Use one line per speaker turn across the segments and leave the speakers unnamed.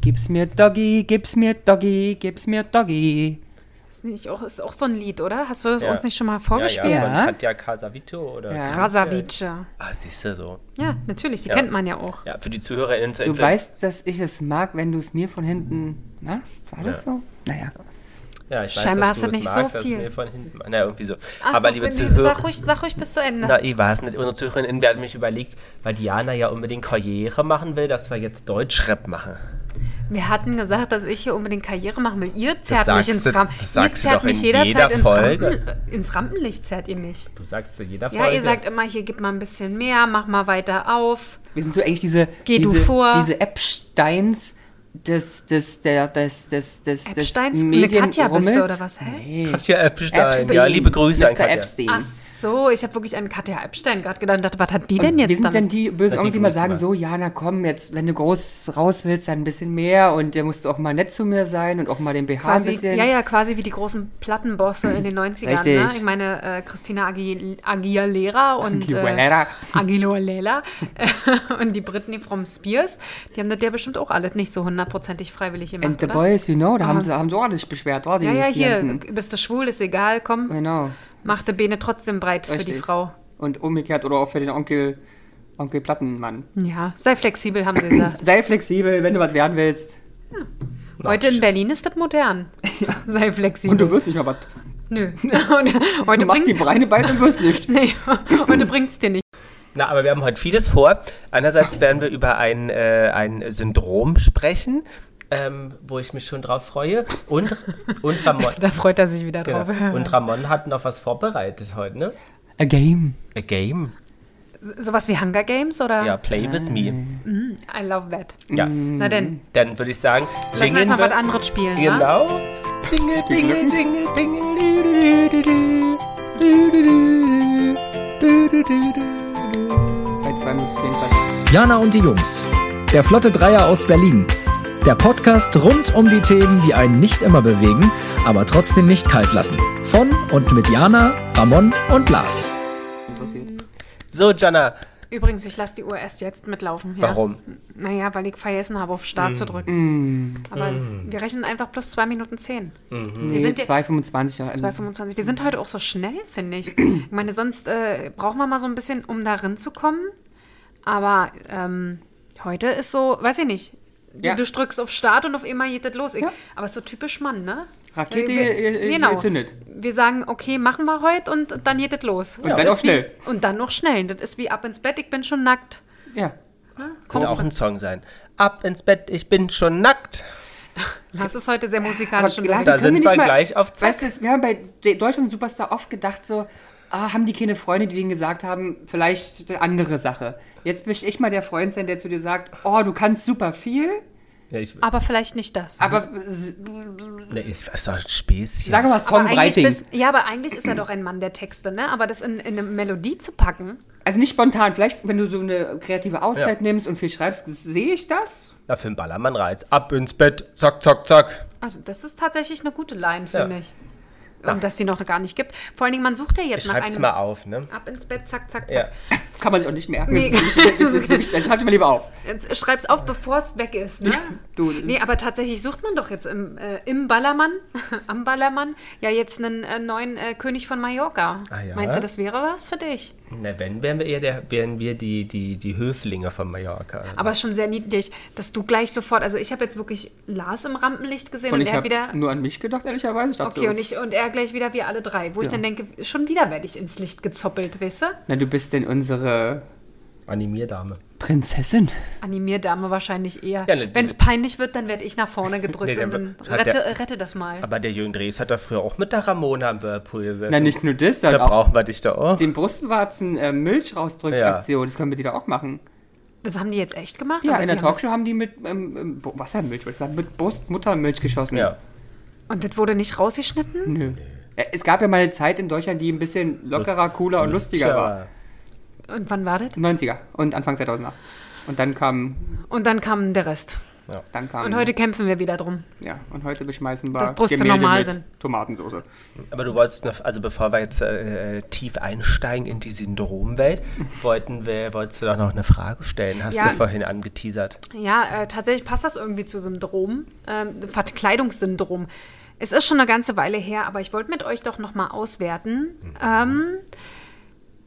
Gib's mir Doggy, gib's mir Doggy, gib's mir Doggy.
Ist, nicht auch, ist auch so ein Lied, oder? Hast du das
Ja.
uns nicht schon mal
Ja,
vorgespielt?
ja,
Ja.
man hat ja Casavito oder.
Ja.
Krasavice.
Ah, siehst du so.
Ja, natürlich, die
Ja.
kennt man ja auch.
Ja, für die ZuhörerInnen zur
Du
Info-
weißt, dass ich es mag, wenn du es mir von hinten machst? War das so? Naja.
Ja, ich weiß,
Scheinbar
dass
hast du
es
nicht so
magst, dass
viel.
mir Von hinten, na, irgendwie so.
Ach
Aber
so,
liebe
wenn du-
Zuhörer.
sag, ruhig, sag ruhig bis zu Ende.
Na, ich weiß nicht. Unsere ZuhörerInnen werden mich überlegt, weil Diana ja unbedingt Karriere machen will, dass wir jetzt Deutschrap machen.
Wir hatten gesagt, dass ich hier unbedingt Karriere machen will. Ihr zerrt
sagst
mich ins
du-
Ram
das
Ihr
sagst du
zerrt
doch
mich
in jeder
jederzeit ins,
Folge.
Rampen ins Rampenlicht, zerrt ihr mich.
Du sagst zu jeder
Ja,
Folge.
ihr sagt immer, hier gib mal ein bisschen mehr, mach mal weiter auf.
Wir sind so eigentlich diese,
Geh du
diese,
vor.
diese Epsteins des, des, der, des, des, des, des
Epsteins? Eine Katja bist du, oder was? Hä?
Nee.
Katja Epstein. Ja, liebe Grüße
Mr.
an Katja.
Epstein.
Ach so, ich habe wirklich an Katja Epstein gerade gedacht und dachte, was hat die denn
wir
jetzt
sind dann
damit?
die bösen
Ja, die
Onkel, die mal
grüßen
sagen,
wir.
so, Jana, komm, jetzt, wenn du groß raus willst, dann ein bisschen mehr und dann musst du auch mal nett zu mir sein und auch mal den BH ein
Quasi,
bisschen.
ja, ja, quasi wie die großen Plattenbosse in den 90ern. Ne?
Richtig.
Ich meine, äh, Christina Agi Aguilera und äh,
Aguilera.
Aguilera und die Britney from Spears, die haben das ja bestimmt auch alles nicht so hundertprozentig freiwillig gemacht,
And the
oder?
boys, you know, da haben sie, haben sie ordentlich beschwert, war die,
Ja, ja,
die
hier,
ganzen-
bist du schwul, ist egal, komm,
Genau.
mach die Beine trotzdem breit für die
Richtig.
Frau.
Und umgekehrt oder auch für den Onkel, Onkel Plattenmann.
Ja, sei flexibel, haben sie gesagt.
Sei flexibel, wenn du was werden willst.
Heute in Berlin ist das modern. Sei flexibel.
Und du wirst nicht mal was.
Nö. Und äh, heute
Du machst die
bringt-
Beine beide und wirst nicht.
Nee, heute bringt's dir nicht.
Na, aber wir haben heute vieles vor. Einerseits werden wir über ein, äh, ein Syndrom sprechen, ähm, wo ich mich schon drauf freue. Und, und Ramon.
Da freut er sich wieder drauf.
genau. Und Ramon hat noch was vorbereitet heute, ne?
A game.
A game.
Sowas wie Hunger Games oder?
Ja, play with me.
I love that.
Ja,
Na denn,
dann würde ich sagen,
lass uns
jingeln
mal
wir-
was anderes spielen. ne? wa?
Genau. Jingle, jingle, jingle, jingle.
Bei 2 Minuten 24.
Jana und die Jungs. Der Flotte Dreier aus Berlin. Der Podcast rund um die Themen, die einen nicht immer bewegen, aber trotzdem nicht kalt lassen. Von und mit Jana, Ramon und Lars.
Interessiert.
So, Jana,
Übrigens, ich lasse die Uhr erst jetzt mitlaufen. Ja?
warum?
Naja, weil ich vergessen habe, auf Start zu drücken. Aber wir rechnen einfach plus 2 Minuten 10.
Nee,
sind ja-
2,25.
2,25. Wir
Hm.
sind heute auch so schnell, finde ich. Ich meine, sonst äh, brauchen wir mal so ein bisschen, um da ranzukommen. Aber ähm, heute ist so, weiß ich nicht. Du,
Ja.
du drückst auf Start und auf einmal geht das los. Ich,
Ja.
Aber ist so typisch Mann, ne?
Rakete,
Wir-
ihr- ihr- ihr
genau.
zündet.
Wir sagen, okay, machen wir heute und dann geht das los. Und
dann auch schnell.
Wie, und dann noch schnell. Das ist wie ab ins Bett, ich bin schon nackt.
Ja.
Könnte auch ein Song sein. Ab ins Bett, ich bin schon nackt.
Das ist heute sehr
Aber
musikalisch.
Lars,
Da
können
sind
nicht
wir gleich auf Zack.
Weißt du, wir haben bei De- Deutschland Superstar oft gedacht so, ah, haben die keine Freunde, die denen gesagt haben, vielleicht eine andere Sache. Jetzt möchte ich mal der Freund sein, der zu dir sagt, oh, du kannst super viel,
Ja, ich,
aber vielleicht nicht das.
aber s-
nee, ist das doch ein Späßchen.
sag mal
Aber eigentlich
Songwriting.
bist- ja, aber eigentlich ist er doch ein Mann der Texte, ne? Aber das in, in eine Melodie zu packen,
Also nicht spontan, vielleicht wenn du so eine kreative Auszeit
Ja.
nimmst und viel schreibst, sehe ich das?
Na, für einen Ballermann-Reiz. Ab ins Bett, zack, zack, zack.
also das ist tatsächlich eine gute Line, finde
Ja.
ich. Und dass die noch gar nicht gibt. Vor allen Dingen, man sucht ja jetzt
Ich
nach
schreib's
einem.
mal auf, ne?
Ab ins Bett, zack, zack,
Ja.
zack.
Kann man sich auch nicht merken.
Nee.
Das ist wirklich, das ist wirklich, dann schreib dir mal lieber auf.
Jetzt äh, Schreib's auf, bevor es weg ist, ne?
Du-
nee, aber tatsächlich sucht man doch jetzt im, äh, im Ballermann, am Ballermann, ja jetzt einen äh, neuen äh, König von Mallorca.
Ah, ja?
Meinst du, das wäre was für dich?
Na, wenn, wären wir eher der, wären wir die, die, die Höflinge von Mallorca.
Aber schon sehr niedlich, dass du gleich sofort, also ich habe jetzt wirklich Lars im Rampenlicht gesehen
Und
und,
ich
er hat
habe
wieder
nur an mich gedacht, ehrlicherweise. Ich dachte
Okay,
so,
und, ich, und er gleich wieder wir alle drei. Wo ich dann denke, schon wieder werde ich ins Licht gezoppelt, weißt du?
na, du bist denn unsere
Animierdame.
Prinzessin.
Animierdame wahrscheinlich eher.
Ja, ne, die-
Wenn es peinlich wird, dann werde ich nach vorne gedrückt
Nee, der
und dann
hat
rette,
der-
rette das mal.
Aber der Jürgen Drees hat da früher auch mit der Ramona im Whirlpool gesessen.
Na, nicht nur das,
da
sondern auch
brauchen wir dich da auch.
den Brustwarzen äh, Milch rausdrückt
Ja.
Aktion. Das können wir die da auch machen.
Das haben die jetzt echt gemacht?
Ja,
Aber
in
die
der
haben das-
Talkshow haben die mit ähm, ähm, Bo- Wassermilch, wollte ich sagen, mit Brustmuttermilch geschossen.
Ja.
Und das wurde nicht rausgeschnitten?
Nö. Äh, Es gab ja mal eine Zeit in Deutschland, die ein bisschen lockerer, cooler und lustiger war.
Und wann war das?
90er und Anfang 2000er. Und dann kam
Und dann kam der Rest.
Dann kam,
Und heute kämpfen wir wieder drum.
ja, und heute beschmeißen wir
Dass Brüste
Gemälde
normal
mit
sind.
Tomatensoße.
Aber du wolltest noch, also bevor wir jetzt äh, äh, tief einsteigen in die Syndromwelt, wollten wir, wolltest du doch noch eine Frage stellen, hast
Ja.
du vorhin angeteasert.
Ja, äh, tatsächlich passt das irgendwie zu Syndrom, ähm, Verkleidungssyndrom. Es ist schon eine ganze Weile her, aber ich wollte mit euch doch nochmal auswerten. Ähm,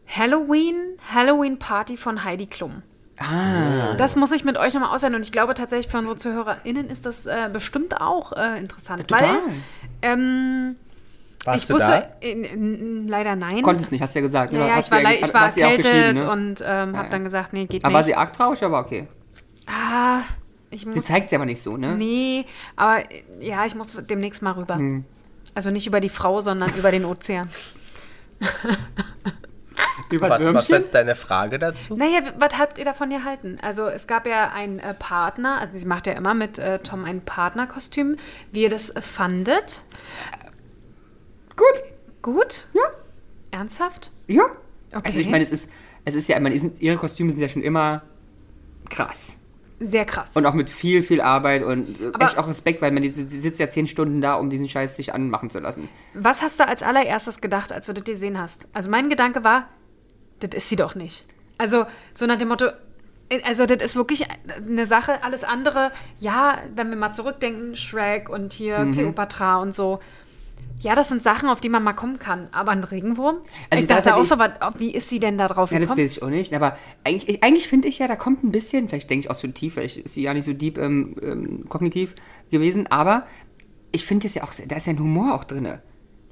Halloween, Halloween Party von Heidi Klum. Ah. Das muss ich mit euch nochmal auswerten und ich glaube tatsächlich für unsere ZuhörerInnen ist das äh, bestimmt auch äh, interessant,
Total.
weil ähm,
Warst
ich
du
wusste
da?
äh, n- n- leider nein.
Konntest nicht, hast du ja gesagt. ne?
ja, ja,
hast
ich
du
war, lei-
ge-
ich war
hast du ja auch
erkältet
geschrieben, ne?
und ähm, habe
ja.
dann gesagt, nee, geht
Aber war
nicht.
sie arg traurig, aber okay.
ah, ich muss
Sie zeigt sie aber nicht so, ne?
Nee, aber äh, ja, ich muss demnächst mal rüber.
Hm.
Also nicht über die Frau, sondern über den Ozean.
Über
Was, was war
Würmchen?
jetzt deine Frage dazu?
Naja, w- was habt ihr davon gehalten? Also es gab ja einen äh, Partner, also sie macht ja immer mit äh, Tom ein Partnerkostüm. Wie ihr das äh, fandet?
Gut.
Gut?
Ja.
Ernsthaft?
Ja.
Okay.
Also ich meine, es ist, es ist ja, ich meine, die sind- ihre Kostüme sind ja schon immer krass.
Sehr krass.
Und auch mit viel, viel Arbeit und äh,
Aber-
echt auch Respekt, weil man, die, die sitzt ja zehn Stunden da, um diesen Scheiß sich anmachen zu lassen.
Was hast du als allererstes gedacht, als du das gesehen hast? Also mein Gedanke war, das ist sie doch nicht. Also so nach dem Motto, äh, also das ist wirklich eine Sache, alles andere, ja, wenn wir mal zurückdenken, Shrek und hier
Mhm.
Cleopatra und so. Ja, das sind Sachen, auf die man mal kommen kann. Aber ein Regenwurm? ich
ich sag
dachte
halt,
auch
ich-
so, was, wie ist sie denn da drauf
Ja, das
gekommen?
weiß ich auch nicht. Aber eigentlich, ich, eigentlich finde ich ja, da kommt ein bisschen, vielleicht denke ich auch zu tief, weil ich ist sie ja nicht so deep ähm, ähm, kognitiv gewesen, aber ich finde es ja auch, da ist ja ein Humor auch drin.
Ja?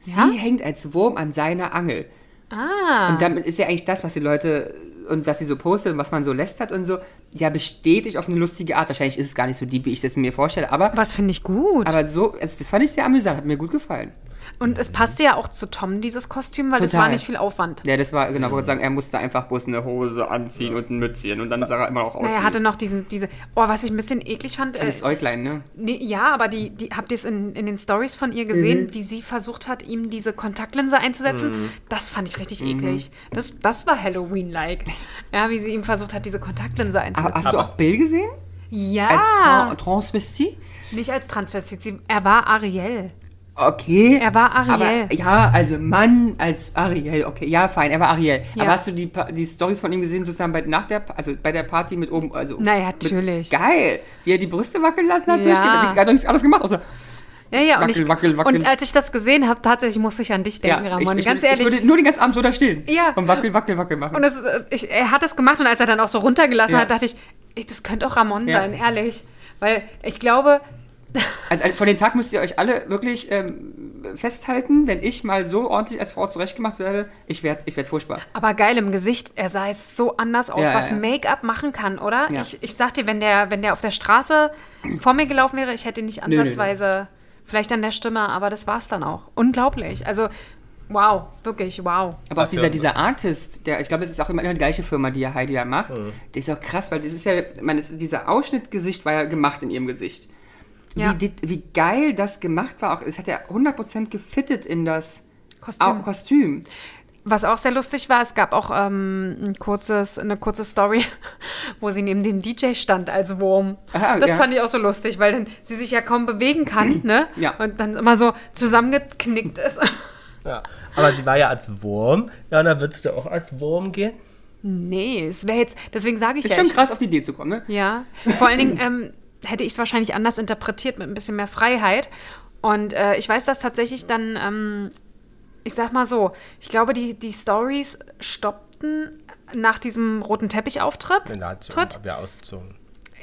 Sie hängt als Wurm an seiner Angel.
ah,
Und damit ist ja eigentlich das, was die Leute und was sie so postet und was man so lästert und so, ja, bestätigt auf eine lustige Art. Wahrscheinlich ist es gar nicht so deep, wie ich das mir vorstelle, aber,
was finde ich gut.
aber so, also das fand ich sehr amüsant, hat mir gut gefallen.
und es passte ja auch zu Tom, dieses Kostüm, weil es
Total.
war nicht viel Aufwand.
Ja, das war, genau, wollte sagen, er musste einfach bloß eine Hose anziehen und ein Mützchen und dann sah er immer auch aus.
Naja,
wie-
hatte noch diesen, diese, oh, was ich ein bisschen eklig fand. äh,
das Äuglein, ne?
Nee, ja, aber die, die habt ihr es in, in den Stories von ihr gesehen,
Mhm.
wie sie versucht hat, ihm diese Kontaktlinse einzusetzen? Das fand ich
Mhm.
richtig eklig. Das, das war Halloween-like. Ja, wie sie ihm versucht hat, diese Kontaktlinse
Aber
einzusetzen.
hast du auch Bill gesehen? Ah.
ja,
Als Tran- Transvestit?
nicht als Transvestit. Sie, er war Ariel.
Okay.
Er war Ariel.
Aber, ja, also Mann als Ariel. Okay, ja, fein, er war Ariel.
Ja.
Aber hast du die, Pa- die Stories von ihm gesehen, sozusagen bei, nach der, Pa- also bei der Party mit oben? Also
Naja,
mit-
natürlich.
Geil, wie er die Brüste wackeln lassen hat.
Ja.
durchgehend. Er hat nichts- er hat nichts anderes gemacht, außer.
Ja, ja, und,
Wackel,
ich,
wackel, wackel.
und als ich das gesehen habe, tatsächlich musste ich an dich denken,
Ja, ich,
Ramon.
ich,
Ganz
würde-
ehrlich.
Ich würde nur den ganzen Abend so da stehen.
Ja.
Und wackel, wackel, wackel machen.
und es, äh, ich, er hat das gemacht und als er dann auch so runtergelassen
Ja.
hat, dachte ich, ich, das könnte auch Ramon
Ja.
sein, ehrlich. Weil ich glaube,
also von dem Tag müsst ihr euch alle wirklich ähm, festhalten, wenn ich mal so ordentlich als Frau zurechtgemacht werde, ich werde ich werd furchtbar.
Aber geil im Gesicht, er sah jetzt so anders aus,
Ja, ja,
was
ja.
Make-up machen kann, oder?
Ja.
Ich, ich sag dir, wenn der, wenn der auf der Straße vor mir gelaufen wäre, ich hätte ihn nicht
nö, nö.
ansatzweise, vielleicht an der Stimme, aber das war's dann auch. Unglaublich. Also, wow, wirklich, wow.
Aber auch
Ach,
dieser,
ja.
dieser Artist, der, ich glaube, es ist auch immer die gleiche Firma, die ja Heidi ja macht,
Mhm.
der ist auch krass, weil das ist ja, ich meine, das, dieser Ausschnittgesicht war ja gemacht in ihrem Gesicht.
Ja.
Wie, dit- wie geil das gemacht war, auch, es hat ja 100% gefittet in das
Kostüm.
Au- Kostüm.
Was auch sehr lustig war, es gab auch ähm, ein kurzes, eine kurze Story, wo sie neben dem DJ stand als Wurm.
Ah,
das
ja.
fand ich auch so lustig, weil dann sie sich ja kaum bewegen kann, ne?
Ja.
Und dann immer so zusammengeknickt ist.
Ja. Aber sie war ja als Wurm. Jana, würdest du auch als Wurm gehen?
Nee, es wäre jetzt, deswegen sage ich
Ist
ja,
schon
ich-
krass, auf die Idee zu kommen, ne?
Ja, vor allen Dingen ähm, hätte ich es wahrscheinlich anders interpretiert, mit ein bisschen mehr Freiheit. Und äh, ich weiß, dass tatsächlich dann, ähm, ich sag mal so, ich glaube, die, die Stories stoppten nach diesem roten Teppichauftritt. Tritt.
ja ausgezogen.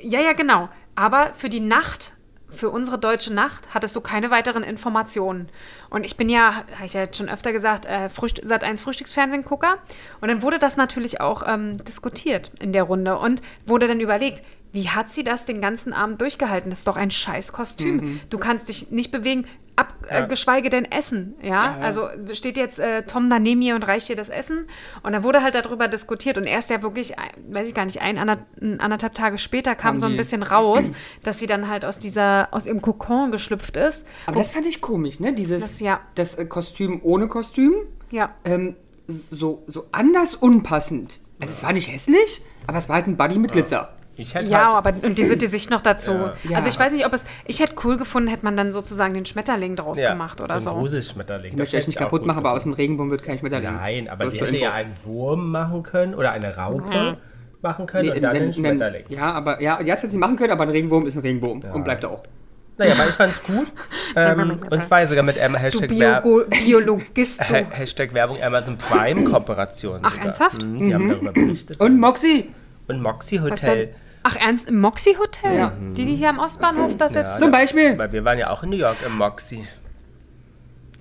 Ja, ja, genau. Aber für die Nacht, für unsere deutsche Nacht, hattest du keine weiteren Informationen. Und ich bin ja, habe ich ja jetzt schon öfter gesagt, äh, Frühst seit 1 Frühstücksfernsehen-Gucker. Und dann wurde das natürlich auch ähm, diskutiert in der Runde und wurde dann überlegt, wie hat sie das den ganzen Abend durchgehalten? Das ist doch ein scheiß Kostüm. Du kannst dich nicht bewegen, ab, äh, geschweige denn essen. Ja, also steht jetzt äh, Tom da neben mir und reicht dir das Essen. Und dann wurde halt darüber diskutiert. Und erst ja wirklich, ein- weiß ich gar nicht, ein, ander- ein anderthalb Tage später kam
Haben
so ein
die-
bisschen raus, dass sie dann halt aus dieser, aus ihrem Kokon geschlüpft ist.
Aber das fand ich komisch, ne? Dieses,
Oh. Das, ja.
das äh, Kostüm ohne Kostüm,
Ja.
Äh,
ähm, so, so anders unpassend. Also es war nicht hässlich, aber es war halt ein Buddy mit Glitzer.
Ich hätte
Ja,
halt,
aber und die sind die Sicht noch dazu.
Ja.
Ja.
Also ich weiß nicht, ob es. Ich hätte cool gefunden, hätte man dann sozusagen den Schmetterling draus
ja,
gemacht oder
so.
so.
Ein Gruselschmetterling.
Ich möchte euch nicht kaputt machen, aber aus dem Regenbogen wird kein Schmetterling.
Nein, aber
Bloß
sie
zur
hätte
Info.
ja einen Wurm machen können oder eine Raupe
Mhm.
machen können
Nee,
und dann
nen-
einen
nen-
Schmetterling.
Ja, aber ja, das hätte sie machen können, aber ein Regenbogen ist ein Regenbogen und bleibt er auch.
Naja, aber ich fand's gut. ähm, und zwar sogar mit ähm,
Du
Hashtag, Wer
Bio Biologist,
Ha-
du.
Hashtag Werbung Amazon Prime Kooperation.
Ach,
sogar.
ernsthaft?
Mhm, die haben darüber berichtet.
Und Moxie,
Und Moxie
Was
Hotel.
denn? Ach, ernst? Im Moxie-Hotel?
Ja.
Die, die hier am Ostbahnhof da sitzen?
Ja, genau.
zum
da-
Beispiel.
Weil wir waren ja auch in New York im Moxie.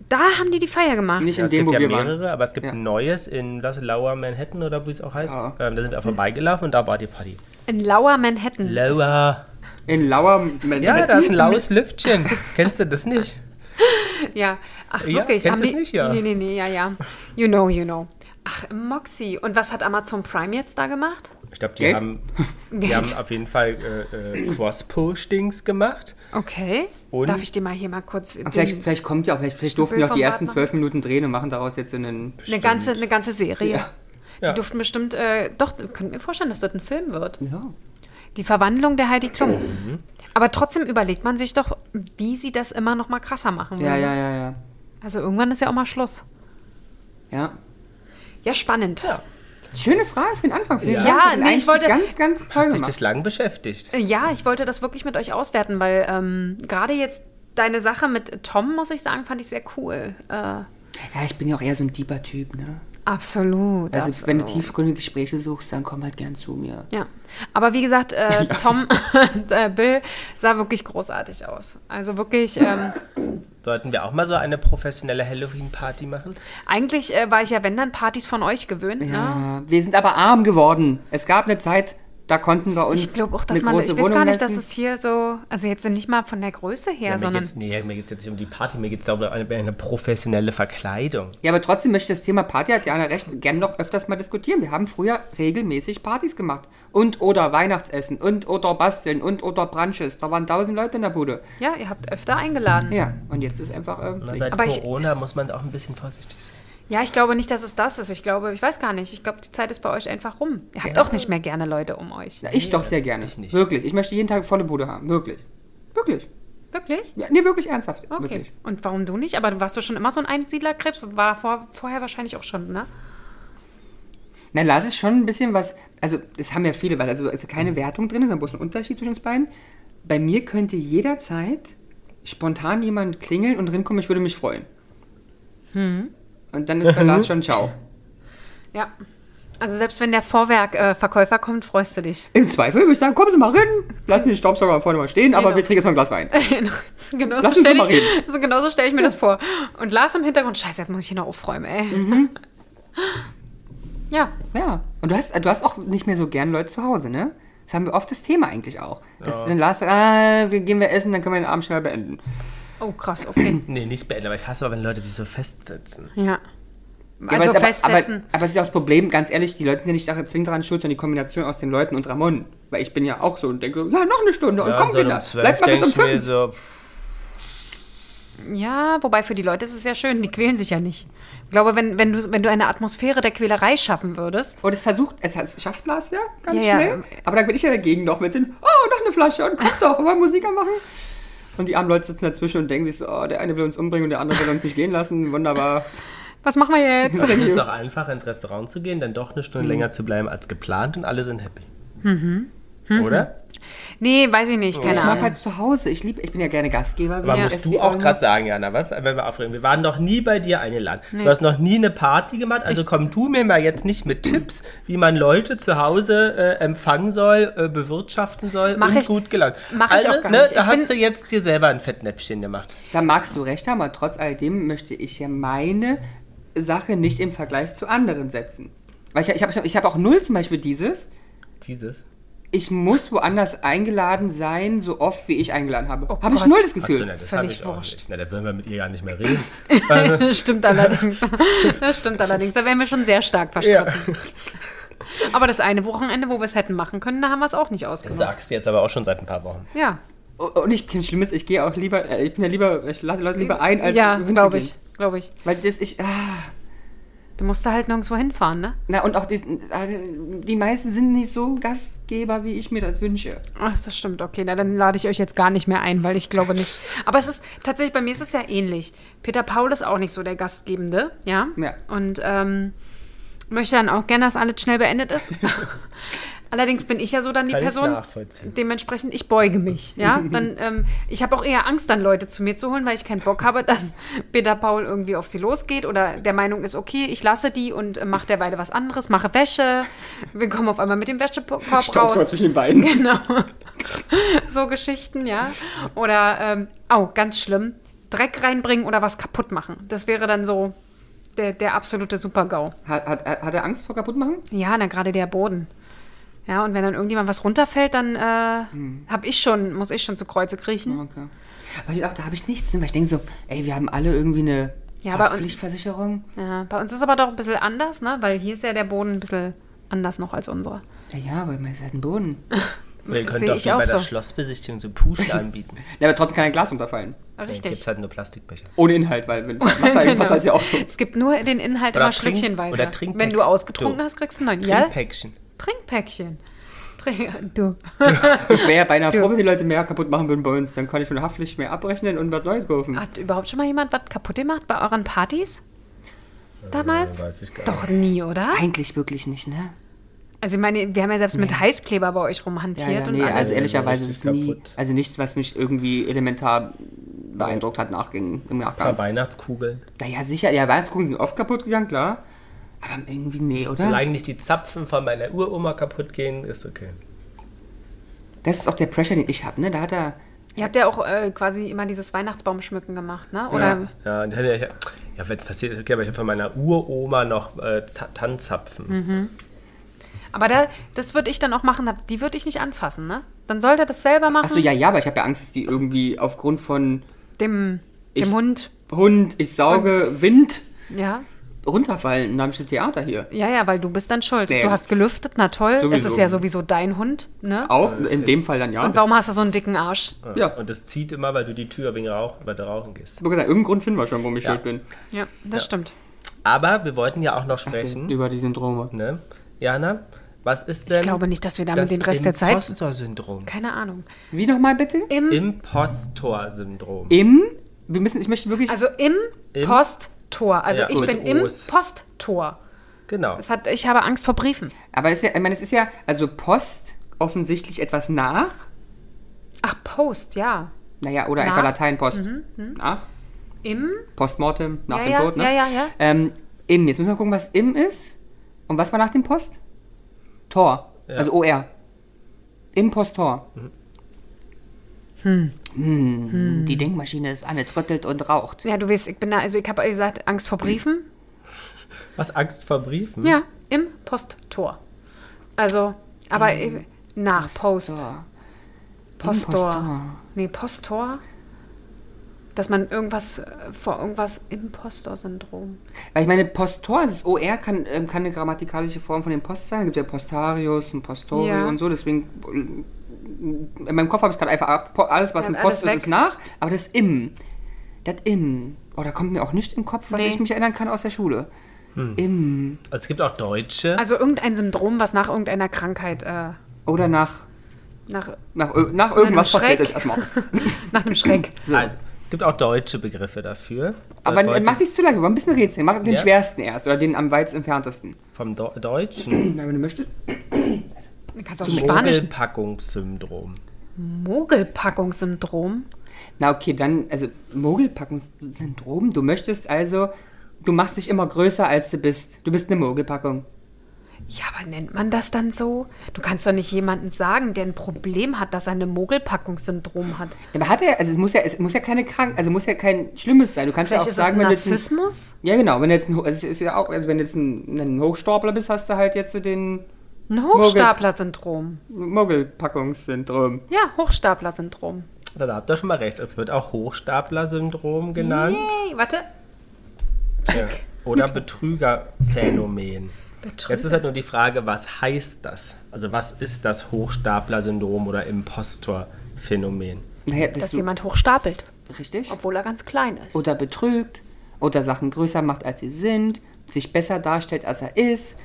Da haben die die Feier gemacht.
Nicht
Ja,
in
es
dem, wo
gibt ja
wir waren.
mehrere, aber es gibt
Ja.
ein neues in das Lower Manhattan oder wie es auch heißt.
Ja.
Ähm, da sind wir auch vorbeigelaufen und da war die Party.
In Lauer Manhattan.
Lower.
In Lauer. Man
Ja, da ist ein laues Lüftchen. Kennst du das nicht?
Ja, ach
Ja,
wirklich,
kennst
haben
du's
die
nicht? Ja.
Nee, nee, nee, ja, ja. You know, you know. Ach, im Moxie. Und was hat Amazon Prime jetzt da gemacht?
Ich glaube, die
Geld?
haben.
Geld.
Die haben auf jeden Fall äh, äh, Cross-Postings gemacht.
Okay.
Und?
Darf ich dir mal hier mal kurz den,
Ah, Vielleicht, vielleicht kommt ja auch, vielleicht, vielleicht
Ein
durften wir auch die
Bildformat
ersten
machen.
zwölf Minuten drehen und machen daraus jetzt so einen.
eine, ganze, eine ganze Serie?
Ja.
Die
Ja.
durften bestimmt, äh, doch, könnten mir vorstellen, dass das ein Film wird.
Ja.
Die Verwandlung der Heidi
Oh.
Klum.
Mhm.
Aber trotzdem überlegt man sich doch, wie sie das immer noch mal krasser machen
Ja,
würden.
ja, ja, ja.
Also irgendwann ist ja auch mal Schluss.
Ja.
Ja, spannend. Ja,
Schöne Frage für den Anfang. Vielen
Ja.
Dank.
Ja,
für den
nee, ich
Einstieg.
wollte-
ganz, ganz toll
Sich
gemacht.
das lang beschäftigt.
ja ich wollte das wirklich mit euch auswerten, weil ähm, gerade jetzt deine Sache mit Tom, muss ich sagen, fand ich sehr cool. Äh,
Ja, ich bin ja auch eher so ein deeper Typ, ne?
absolut.
Also,
absolut.
wenn du tiefgründige Gespräche suchst, dann komm halt gern zu mir.
Ja, aber wie gesagt, äh, Tom und äh, Bill sah wirklich großartig aus. Also wirklich, ähm,
Sollten wir auch mal so eine professionelle Halloween-Party machen?
eigentlich äh, war ich ja, wenn dann, Partys von euch gewöhnt. Ne?
Ja, wir sind aber arm geworden. Es gab eine Zeit, da konnten wir uns.
Ich glaube auch, dass
eine
man,
große
ich weiß gar
Wohnung
nicht, dass
leisten.
es hier so, also jetzt nicht mal von der Größe her,
Ja, mir
sondern
geht's, nee, mir geht es jetzt nicht um die Party, mir geht es um eine, eine professionelle Verkleidung. Ne,
Ja, aber trotzdem möchte ich das Thema Party, hat Jana recht, gern noch öfters mal diskutieren. Wir haben früher regelmäßig Partys gemacht. Und oder Weihnachtsessen und oder Basteln und oder Brunches. Da waren tausend Leute in der Bude.
ja, ihr habt öfter eingeladen.
Ja, und jetzt ist einfach ähm, irgendwie.
Mhm. Na, seit
Aber ich-
Corona muss man auch ein bisschen vorsichtig sein.
Ja, ich glaube nicht, dass es das ist. Ich glaube, ich weiß gar nicht. Ich glaube, die Zeit ist bei euch einfach rum. Ihr habt auch nicht mehr gerne Leute um euch.
Na, ich doch sehr gerne.
ich nicht.
Wirklich. Ich möchte jeden Tag volle Bude haben. Wirklich. Wirklich.
Wirklich?
Ja, nee, wirklich ernsthaft.
Okay.
Wirklich.
Und warum du nicht? Aber du warst du schon immer so ein Einsiedlerkrebs? War vor, vorher wahrscheinlich auch schon, ne?
Na, Lars ist schon ein bisschen was. Also, es haben ja viele, weil also es ist keine Wertung drin, sondern bloß ein Unterschied zwischen uns beiden. Bei mir könnte jederzeit spontan jemand klingeln und rinkommen, ich würde mich freuen. Und dann ist bei Lars schon Ciao.
Ja. Also selbst wenn der Vorwerkverkäufer kommt, freust du dich.
Im Zweifel würde ich sagen, kommen Sie mal rein, lassen Sie den Staubsauger vorne mal stehen, aber
Genau.
wir trinken jetzt mal ein Glas Wein. Lass
genauso
uns
stell
doch mal
ich, so genauso stelle ich mir das vor. Und Lars im Hintergrund, scheiße, jetzt muss ich hier noch aufräumen, ey.
Mhm.
Ja,
Ja, und du hast, du hast auch nicht mehr so gern Leute zu Hause, ne? Das haben wir oft das Thema eigentlich auch. Dass dann Lars sagt, ah, wir gehen wir essen, dann können wir den Abend schnell beenden.
oh krass, okay.
Nee, nicht beenden, aber ich hasse aber, wenn Leute sich so festsetzen.
Ja.
Ja,
Also
aber, es- aber, aber,
festsetzen.
aber es ist auch das Problem, ganz ehrlich, die Leute sind ja nicht daran- zwingend daran schuld, sondern die Kombination aus den Leuten und Ramon. Weil ich bin ja auch so und denke, ja, noch eine Stunde und komm,
so
Kinder, bleibt mal bis um
denkst du mir
fünf.
so,
ja, wobei für die Leute ist es ja schön, die quälen sich ja nicht. Ich glaube, wenn, wenn, du, wenn du eine Atmosphäre der Quälerei schaffen würdest.
Und es versucht, es hat- es schafft Lars ja ganz
Ja, ja.
schnell. Aber dann bin ich ja dagegen noch mit den, oh, noch eine Flasche und guck doch, wollen Musiker machen. Und die armen Leute sitzen dazwischen und denken sich so, oh, der eine will uns umbringen und der andere will uns nicht gehen lassen. Wunderbar.
Was machen wir jetzt?
es ist doch einfach, ins Restaurant zu gehen, dann doch eine
Mhm.
Stunde länger zu bleiben als geplant und alle sind happy.
Mhm.
Oder?
Nee, weiß ich nicht, keine
Ich mag
Ahnung.
halt zu Hause. Ich liebe, ich bin ja gerne Gastgeber.
Aber
wie
musst
es
du
wie
auch
immer.
gerade sagen, Jana, was, wenn wir aufregen, wir waren noch nie bei dir eingeladen. Du hast noch nie eine Party gemacht, also komm du mir mal jetzt nicht mit Tipps, wie man Leute zu Hause äh, empfangen soll, äh, bewirtschaften soll
Mach
und
ich-
gut gelangt.
mach ich
also,
auch gar
ne,
nicht.
da
Ich
hast du
bin-
jetzt dir selber ein Fettnäpfchen gemacht.
Da magst du recht haben, aber trotz alledem möchte ich ja meine Sache nicht im Vergleich zu anderen setzen. Weil ich, ich habe ich hab auch null zum Beispiel dieses.
Dieses.
Ich muss woanders eingeladen sein, so oft wie ich eingeladen habe.
Oh
habe ich
Gott.
null das
Ach so,
Gefühl.
na, das
Völlig
hab ich auch
wurscht.
nicht. Na, da würden wir mit ihr gar nicht mehr reden.
stimmt allerdings. Das stimmt allerdings. Da wären wir schon sehr stark verstritten. Aber das eine Wochenende, wo wir es hätten machen können, da haben wir es auch nicht
Das
ausgenutzt.
sagst du jetzt aber auch schon seit ein paar Wochen.
Ja,
Und ich Oh, kein Schlimmes, ich gehe auch lieber, äh, ich bin ja lieber, ich lade Leute lieber ein, als
ja
hinzugehen.
glaube ich, glaube ich.
Weil das ich. Ah,
Du musst da halt nirgendwo hinfahren, ne?
Na, und auch die, also die meisten sind nicht so Gastgeber, wie ich mir das wünsche.
Ach, das stimmt. Okay, na, dann lade ich euch jetzt gar nicht mehr ein, weil ich glaube nicht. Aber es ist tatsächlich, bei mir ist es ja ähnlich. Peter Paul ist auch nicht so der Gastgebende, ja?
Ja.
Und ähm, möchte dann auch gerne, dass alles schnell beendet ist. Allerdings bin ich ja so dann die
Kann ich
Person,
nachvollziehen.
dementsprechend, ich beuge mich. Ja, dann, ähm, ich habe auch eher Angst, dann Leute zu mir zu holen, weil ich keinen Bock habe, dass Peter Paul irgendwie auf sie losgeht oder der Meinung ist, okay, ich lasse die und äh, mache derweil was anderes, mache Wäsche. Wir kommen auf einmal mit dem Wäschekorb
Staubsauger
raus.
zwischen den beiden.
Genau. so Geschichten, ja. Oder, ähm, oh, ganz schlimm, Dreck reinbringen oder was kaputt machen. Das wäre dann so der, der absolute Super-GAU.
Hat, hat, hat er Angst vor kaputtmachen?
Ja, na gerade der Boden. Ja, und wenn dann irgendjemand was runterfällt, dann äh,
Hm.
hab ich schon, muss ich schon zu Kreuze kriechen.
Okay. Aber ich, auch, da habe ich nichts, ne? weil ich denke so, ey, wir haben alle irgendwie eine
Ja, aber-
Haftpflichtversicherung.
Ja, bei uns ist aber doch ein bisschen anders, ne? Weil hier ist ja der Boden ein bisschen anders noch als unsere.
Ja, ja, aber man ist halt ein Boden.
Wir
Das
können
sehe
doch
ich
wie
auch
bei
so.
der Schlossbesichtigung so Puschen anbieten.
Ja, aber trotzdem kann ein Glas runterfallen.
Dann
Richtig.
gibt's halt nur Plastikbecher.
Ohne Inhalt, weil wenn Wasser,
Genau.
Wasser ist ja auch tot.
Es gibt nur den Inhalt
Oder
immer
Trink-
schlückchenweise.
oder Trinkpäck-
Wenn du ausgetrunken
Du.
hast, kriegst du einen neuen. Ja,
Trinkpäckchen.
Trinkpäckchen. Trink du.
Ich wäre ja beinahe froh, wenn die Leute mehr kaputt machen würden bei uns. Dann kann ich von der Haftpflicht mehr abrechnen und was Neues kaufen.
Hat überhaupt schon mal jemand was kaputt gemacht bei euren Partys? Damals?
weiß ich gar
Doch nie, oder?
Eigentlich wirklich nicht, ne?
Also ich meine, wir haben ja selbst mit Heißkleber bei euch
Ja,
rumhantiert
ja,
und
nee,
alles.
also ehrlicherweise ist
richtig
es nie,
kaputt.
also nichts, was mich irgendwie elementar beeindruckt hat nachging, im
Ein paar
Nachgang.
Weihnachtskugeln.
Naja, sicher, ja, Weihnachtskuchen sind oft kaputt gegangen, klar. Aber irgendwie nee, oder?
Solange nicht die Zapfen von meiner Uroma kaputt gehen, ist okay.
Das ist auch der Pressure, den ich habe, ne? Da hat er,
Ihr habt ja auch äh, quasi immer dieses Weihnachtsbaumschmücken gemacht, ne? Oder
Ja, und dann, ja, ja wenn es passiert ist, okay, aber ich habe von meiner Uroma noch äh, Z- Tannzapfen.
Mhm. aber da, das würde ich dann auch machen, hab- die würde ich nicht anfassen, ne? Dann sollte er das selber machen.
achso, ja, ja, aber ich habe ja Angst, dass die irgendwie aufgrund von
Dem,
Ich-
dem Hund.
Hund, ich sauge, Wind
Ja.
runterfallen. Und dann habe ich das Theater hier.
Ja, ja, weil du bist dann schuld.
Nee.
Du hast gelüftet, na toll. Es
Sowieso.
ist ja sowieso dein Hund, ne?
Auch in dem Fall dann ja.
Und warum hast du so einen dicken Arsch?
Ja.
Und das zieht immer, weil du die Tür wegen Rauch, weil du rauchen gehst.
Ich hab gesagt, irgendeinen Grund finden wir schon, warum ich
Ja.
schuld bin.
Ja, das stimmt.
Aber wir wollten ja auch noch
Ach so,
sprechen,
Über die Syndrome.
ne? Jana, was ist
Ich
denn
glaube nicht, dass wir damit
das
den Rest der Zeit.
Impostor-Syndrom.
Keine Ahnung.
Wie nochmal bitte?
Im,
Impostor-Syndrom.
Im, wir müssen, ich möchte wirklich,
also im,
Im-
Posttor. Also
Ja,
ich
gut,
bin im
Os.
Posttor.
Genau.
Es hat, ich habe Angst vor Briefen.
aber es ist ja, ich meine, es ist ja, also Post offensichtlich etwas nach.
Ach, Post, ja.
Naja, oder
Nach? Mhm,
einfach Lateinpost. Nach?
Im
Postmortem, nach
Ja,
dem
ja,
Tod, ne?
ja, ja, ja.
Ähm, Im, jetzt müssen wir gucken, was im ist. Und was war nach dem Post? Tor.
Ja.
Also OR. Impostor. Hm. Hm. Die Denkmaschine ist an, es rüttelt und raucht.
Ja, du weißt, ich bin da, also ich habe gesagt, Angst vor Briefen.
Was Angst vor Briefen?
Ja, im Posttor. Also, aber eh- nach Post.
Postor.
Postor.
Impostor.
Nee, Posttor. Dass man irgendwas äh, vor irgendwas Impostor-Syndrom.
Weil ich meine, Postor, das OR kann, ähm, kann eine grammatikalische Form von dem Post sein. Es gibt ja Postarius und Postorio
Ja.
und so. Deswegen, äh, in meinem Kopf habe ich gerade einfach ab, po- alles, was
Ja,
mit
alles
Post ist, ist
weg.
nach. Aber das Im, das Im, oh, da kommt mir auch nicht im Kopf, was
Nee.
ich mich erinnern kann aus der Schule. Im
Also es gibt auch Deutsche.
Also irgendein Syndrom, was nach irgendeiner Krankheit, äh,
oder nach,
nach,
nach, ir- nach irgendwas
einem
passiert
Schreck.
ist erstmal.
nach einem Schreck.
So.
Also, es gibt auch deutsche Begriffe dafür.
Aber
Das
äh, mach
wollte
dich zu lange, wir wollen ein bisschen Rätsel. Mach den
Ja.
schwersten erst oder den am weitest entferntesten.
ich vom Do Deutschen
Na, wenn du möchtest.
Du kannst auch Spanisch.
Mogelpackungssyndrom.
Mogelpackungssyndrom.
Na okay, dann, also Mogelpackungssyndrom, du möchtest also, du machst dich immer größer, als du bist. Du bist eine Mogelpackung.
Ja, aber nennt man das dann so? Du kannst doch nicht jemandem sagen, der ein Problem hat, dass er eine Mogelpackungssyndrom hat.
Aber hat er, also es muss ja, es muss ja keine krank, also muss ja kein Schlimmes sein. Du kannst
Vielleicht
ja auch
ist
sagen,
das
wenn du jetzt ein,
Narzissmus?
Ja genau, wenn du jetzt ein, Ho- also es ist ja auch, also wenn du jetzt ein, ein Hochstapler bist, hast du halt jetzt so den
Ein Hochstapler-Syndrom.
Mogelpackungssyndrom.
Ja, Hochstapler-Syndrom.
Na, Da habt ihr schon mal recht. Es wird auch Hochstapler-Syndrom genannt.
Yay, warte.
Ja. Oder Betrügerphänomen.
Betrüger.
Jetzt ist halt nur die Frage, was heißt das? Also was ist das Hochstapler-Syndrom oder Impostor-Phänomen?
Naja, das
Dass
ist so,
jemand hochstapelt,
richtig.
obwohl er ganz klein ist.
Oder betrügt. oder Sachen größer macht, als sie sind, sich besser darstellt, als er ist.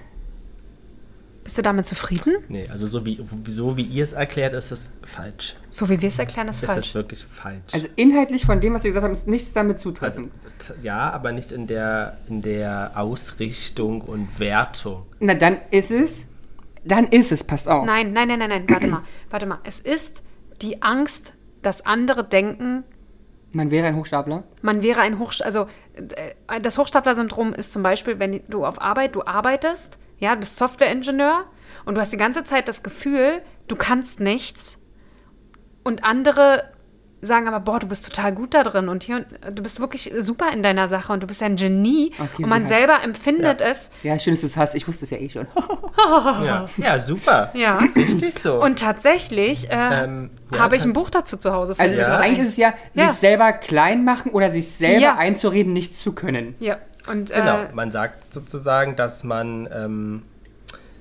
Bist du damit zufrieden?
Nee, also so wie, so wie ihr es erklärt, ist es falsch.
So wie wir es erklären, ist,
Ist
falsch.
das wirklich falsch?
Also inhaltlich von dem, was wir gesagt haben, ist nichts damit zutreffend.
Also, t- ja, aber nicht in der, in der Ausrichtung und Wertung.
Na, dann ist es. Dann ist es, passt auf.
Nein, nein, nein, nein, nein. Warte mal, warte mal. Es ist die Angst, dass andere denken,
Man wäre ein Hochstapler.
man wäre ein Hochstapler. Also äh, das Hochstapler-Syndrom ist zum Beispiel, wenn du auf Arbeit, du arbeitest, ja, du bist Softwareingenieur und du hast die ganze Zeit das Gefühl, du kannst nichts. Und andere sagen aber, boah, du bist total gut da drin und hier und äh, du bist wirklich super in deiner Sache und du bist ein Genie.
Okay,
und
so
man
heißt-
selber empfindet es,
Ja, schön, dass du es hast. Ich wusste es ja eh schon.
Ja, ja super.
ja.
Richtig so.
Und tatsächlich äh,
Ähm, ja,
habe ich
kann-
ein Buch dazu zu Hause.
Also es
Ja.
ist, eigentlich ist es ja,
Ja.
sich selber klein machen oder sich selber
Ja.
einzureden, nichts zu können.
ja. Und
Genau,
äh,
man sagt sozusagen, dass man, ähm,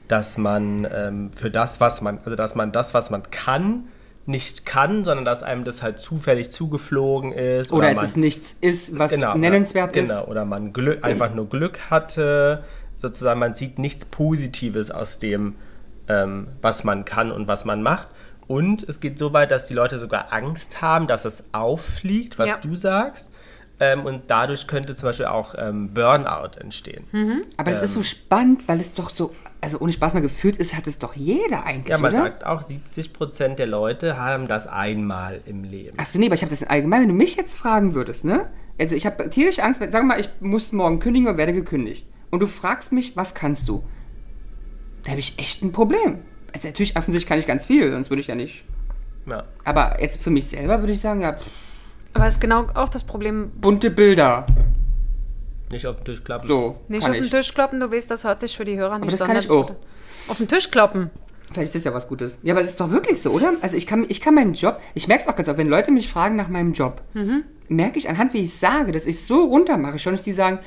dass man ähm, für das, was man, also dass man das, was man kann, nicht kann, sondern dass einem das halt zufällig zugeflogen ist.
Oder, es
man,
ist nichts ist, was
genau,
nennenswert
oder,
ist.
Genau, oder man Glück, einfach nur Glück hatte. Sozusagen, man sieht nichts Positives aus dem, ähm, was man kann und was man macht. Und es geht so weit, dass die Leute sogar Angst haben, dass es auffliegt, was
Ja.
du sagst. Ähm, und dadurch könnte zum Beispiel auch ähm, Burnout entstehen.
Aber das
Ähm.
ist so spannend, weil es doch so, also ohne Spaß mal gefühlt ist, hat es doch jeder eigentlich,
Ja, man
oder?
sagt auch, 70% der Leute haben das einmal im Leben.
Achso, nee, aber ich habe das in allgemein, wenn du mich jetzt fragen würdest, ne? Also ich habe tierisch Angst, wenn, sagen wir mal, ich muss morgen kündigen oder werde gekündigt. Und du fragst mich, was kannst du? Da habe ich echt ein Problem. Also natürlich, offensichtlich kann ich ganz viel, sonst würde ich ja nicht.
Ja.
Aber jetzt für mich selber würde ich sagen, ja, pff,
aber es ist genau auch das Problem,
bunte Bilder.
Nicht auf den Tisch klappen.
So,
nicht
kann
auf den
ich.
Tisch kloppen, du weißt, das hört sich für die Hörer nicht
das kann ich
sonderlich
auch.
gut an. Auf den Tisch kloppen.
Vielleicht ist das ja was Gutes. Ja, aber das ist doch wirklich so, oder? Also ich kann, ich kann meinen Job, ich merke es auch ganz oft, wenn Leute mich fragen nach meinem Job,
Mhm.
merke ich anhand, wie ich sage, dass ich so runter mache, schon dass die sagen,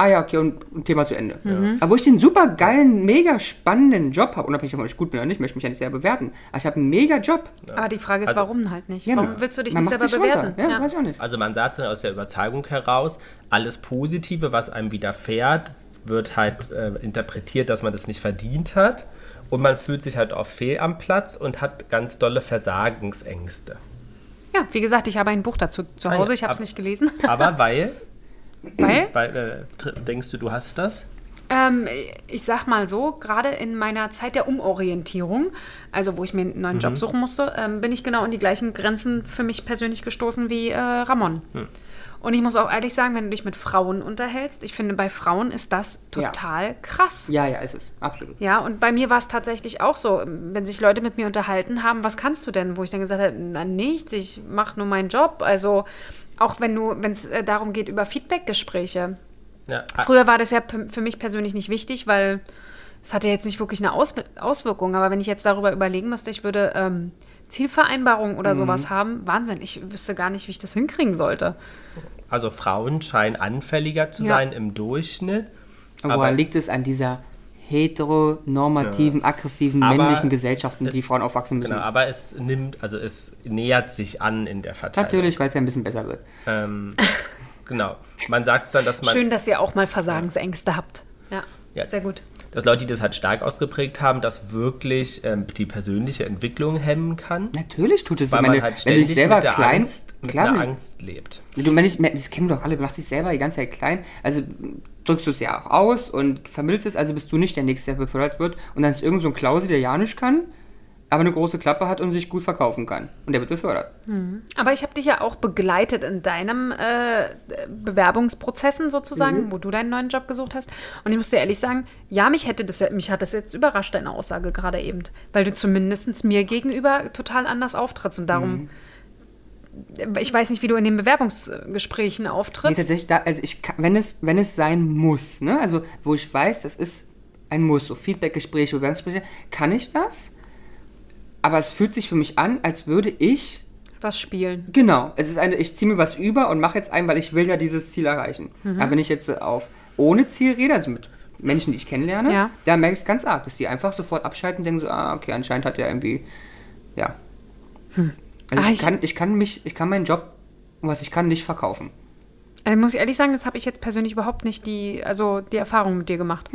ah ja, okay, und, und Thema zu Ende.
Mhm.
Aber wo ich den super geilen, mega spannenden Job habe, unabhängig davon, ob ich gut bin oder nicht, möchte ich mich ja nicht selber bewerten, aber ich habe einen mega Job.
Aber die Frage ist,
Also-
warum halt nicht?
Ja,
warum
man-
willst du dich
man
nicht
macht
selber
sich
bewerten?
Runter. Ja, weiß ich auch nicht.
Also man sagt so aus der Überzeugung heraus, alles Positive, was einem widerfährt, wird halt äh, interpretiert, dass man das nicht verdient hat. Und man fühlt sich halt oft fehl am Platz und hat ganz dolle Versagensängste.
Ja, wie gesagt, ich habe ein Buch dazu zu
Ah, ja.
Hause, ich habe es
Aber-
nicht gelesen.
Aber weil,
Weil,
weil äh, tr- denkst du, du hast das?
ähm, ich sag mal so, gerade in meiner Zeit der Umorientierung, also wo ich mir einen neuen Job
Mhm.
suchen musste, ähm, bin ich genau an die gleichen Grenzen für mich persönlich gestoßen wie äh, Ramon.
Hm.
Und ich muss auch ehrlich sagen, wenn du dich mit Frauen unterhältst, ich finde, bei Frauen ist das
Ja.
total krass.
Ja, ja, ist es, absolut.
Ja, und bei mir war es tatsächlich auch so, wenn sich Leute mit mir unterhalten haben, was kannst du denn? Wo ich dann gesagt habe, na nichts, ich mache nur meinen Job. Also auch wenn du, wenn es äh, darum geht über Feedbackgespräche.
Ja,
Früher war das ja p- für mich persönlich nicht wichtig, weil es hatte jetzt nicht wirklich eine Aus Auswirkung. Aber wenn ich jetzt darüber überlegen müsste, ich würde ähm, Zielvereinbarungen oder
Mhm.
sowas haben, Wahnsinn, ich wüsste gar nicht, wie ich das hinkriegen sollte.
also Frauen scheinen anfälliger zu
Ja.
sein im Durchschnitt.
Und woran liegt es an dieser heteronormativen, aggressiven,
Aber
männlichen Gesellschaft, in die
es-
Frauen aufwachsen müssen?
Genau, aber es nimmt, also es nähert sich an in der Verteilung.
Natürlich, weil es ja ein bisschen besser wird.
Ähm, genau. Man sagt es dann, dass man,
Schön, dass ihr auch mal Versagensängste habt. Ja,
Ja.
sehr gut.
dass Leute, die das halt stark ausgeprägt haben, das wirklich ähm, die persönliche Entwicklung hemmen kann,
Natürlich tut es so.
weil
Wenn
man
du,
halt
wenn du dich
ständig
selber
mit der
klein,
Angst, mit
klein
einer Angst lebt.
Du, wenn ich, das kennen wir doch alle, du machst dich selber die ganze Zeit klein. Also drückst du es ja auch aus und vermittelst es, also bist du nicht der Nächste, der befördert wird. Und dann ist irgend so ein Klause, der ja nicht kann, aber eine große Klappe hat und sich gut verkaufen kann. Und der wird befördert.
Aber ich habe dich ja auch begleitet in deinem äh, Bewerbungsprozessen sozusagen, wo du deinen neuen Job gesucht hast. Und ich muss dir ehrlich sagen, ja, mich hätte das, ja- mich hat das jetzt überrascht, deine Aussage gerade eben, weil du zumindest mir gegenüber total anders auftrittst und darum. Ich weiß nicht, wie du in den Bewerbungsgesprächen
Nee,
auftrittst.
tatsächlich, da, also ich kann, wenn es, wenn es sein muss, ne? Also wo ich weiß, das ist ein Muss, so Feedbackgespräche, Bewerbungsgespräche, kann ich das? Aber es fühlt sich für mich an, als würde ich
was spielen.
Genau, es ist eine, ich ziehe mir was über und mache jetzt ein, weil ich will ja dieses Ziel erreichen.
Mhm.
Aber wenn ich jetzt auf ohne Ziel rede, also mit Menschen, die ich kennenlerne,
Ja.
da merke ich es ganz arg, dass die einfach sofort abschalten und denken so, ah, okay, anscheinend hat er irgendwie, ja. Also
Ah,
ich,
ich-
kann, ich kann mich, ich kann meinen Job, und was ich kann, nicht verkaufen.
Äh, muss ich ehrlich sagen, das habe ich jetzt persönlich überhaupt nicht die, also die Erfahrung mit dir gemacht.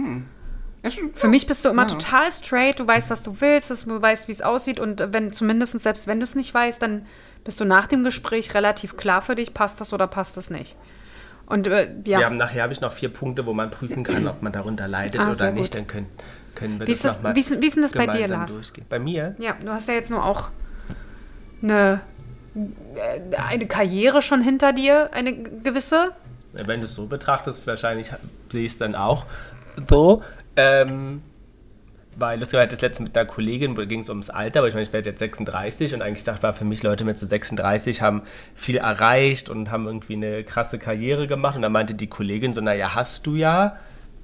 Ist-
Für mich bist du immer
Ja.
total straight, du weißt, was du willst, dass du weißt, wie es aussieht und wenn zumindest, selbst wenn du es nicht weißt, dann bist du nach dem Gespräch relativ klar für dich, passt das oder passt das nicht. Und äh, ja,
Wir haben nachher habe ich noch vier Punkte, wo man prüfen kann, ob man darunter leidet
Ah,
oder
sehr
nicht.
gut.
Dann können, können wir
Wie ist
das
das-
nochmal
wie ist- wie ist denn das bei dir, Lars?
durchgehen. Bei mir?
ja, du hast ja jetzt nur auch eine, äh, eine Karriere schon hinter dir, eine gewisse.
Ja, Wenn du es so betrachtest, wahrscheinlich ha- sehe ich es dann auch so. Ähm, weil lustigerweise hatte ich das letzte mit einer Kollegin, da ging es ums Alter, aber ich meine, ich werde jetzt 36 und eigentlich dachte war für mich, Leute mit so 36 haben viel erreicht und haben irgendwie eine krasse Karriere gemacht. Und dann meinte die Kollegin so, naja, hast du ja.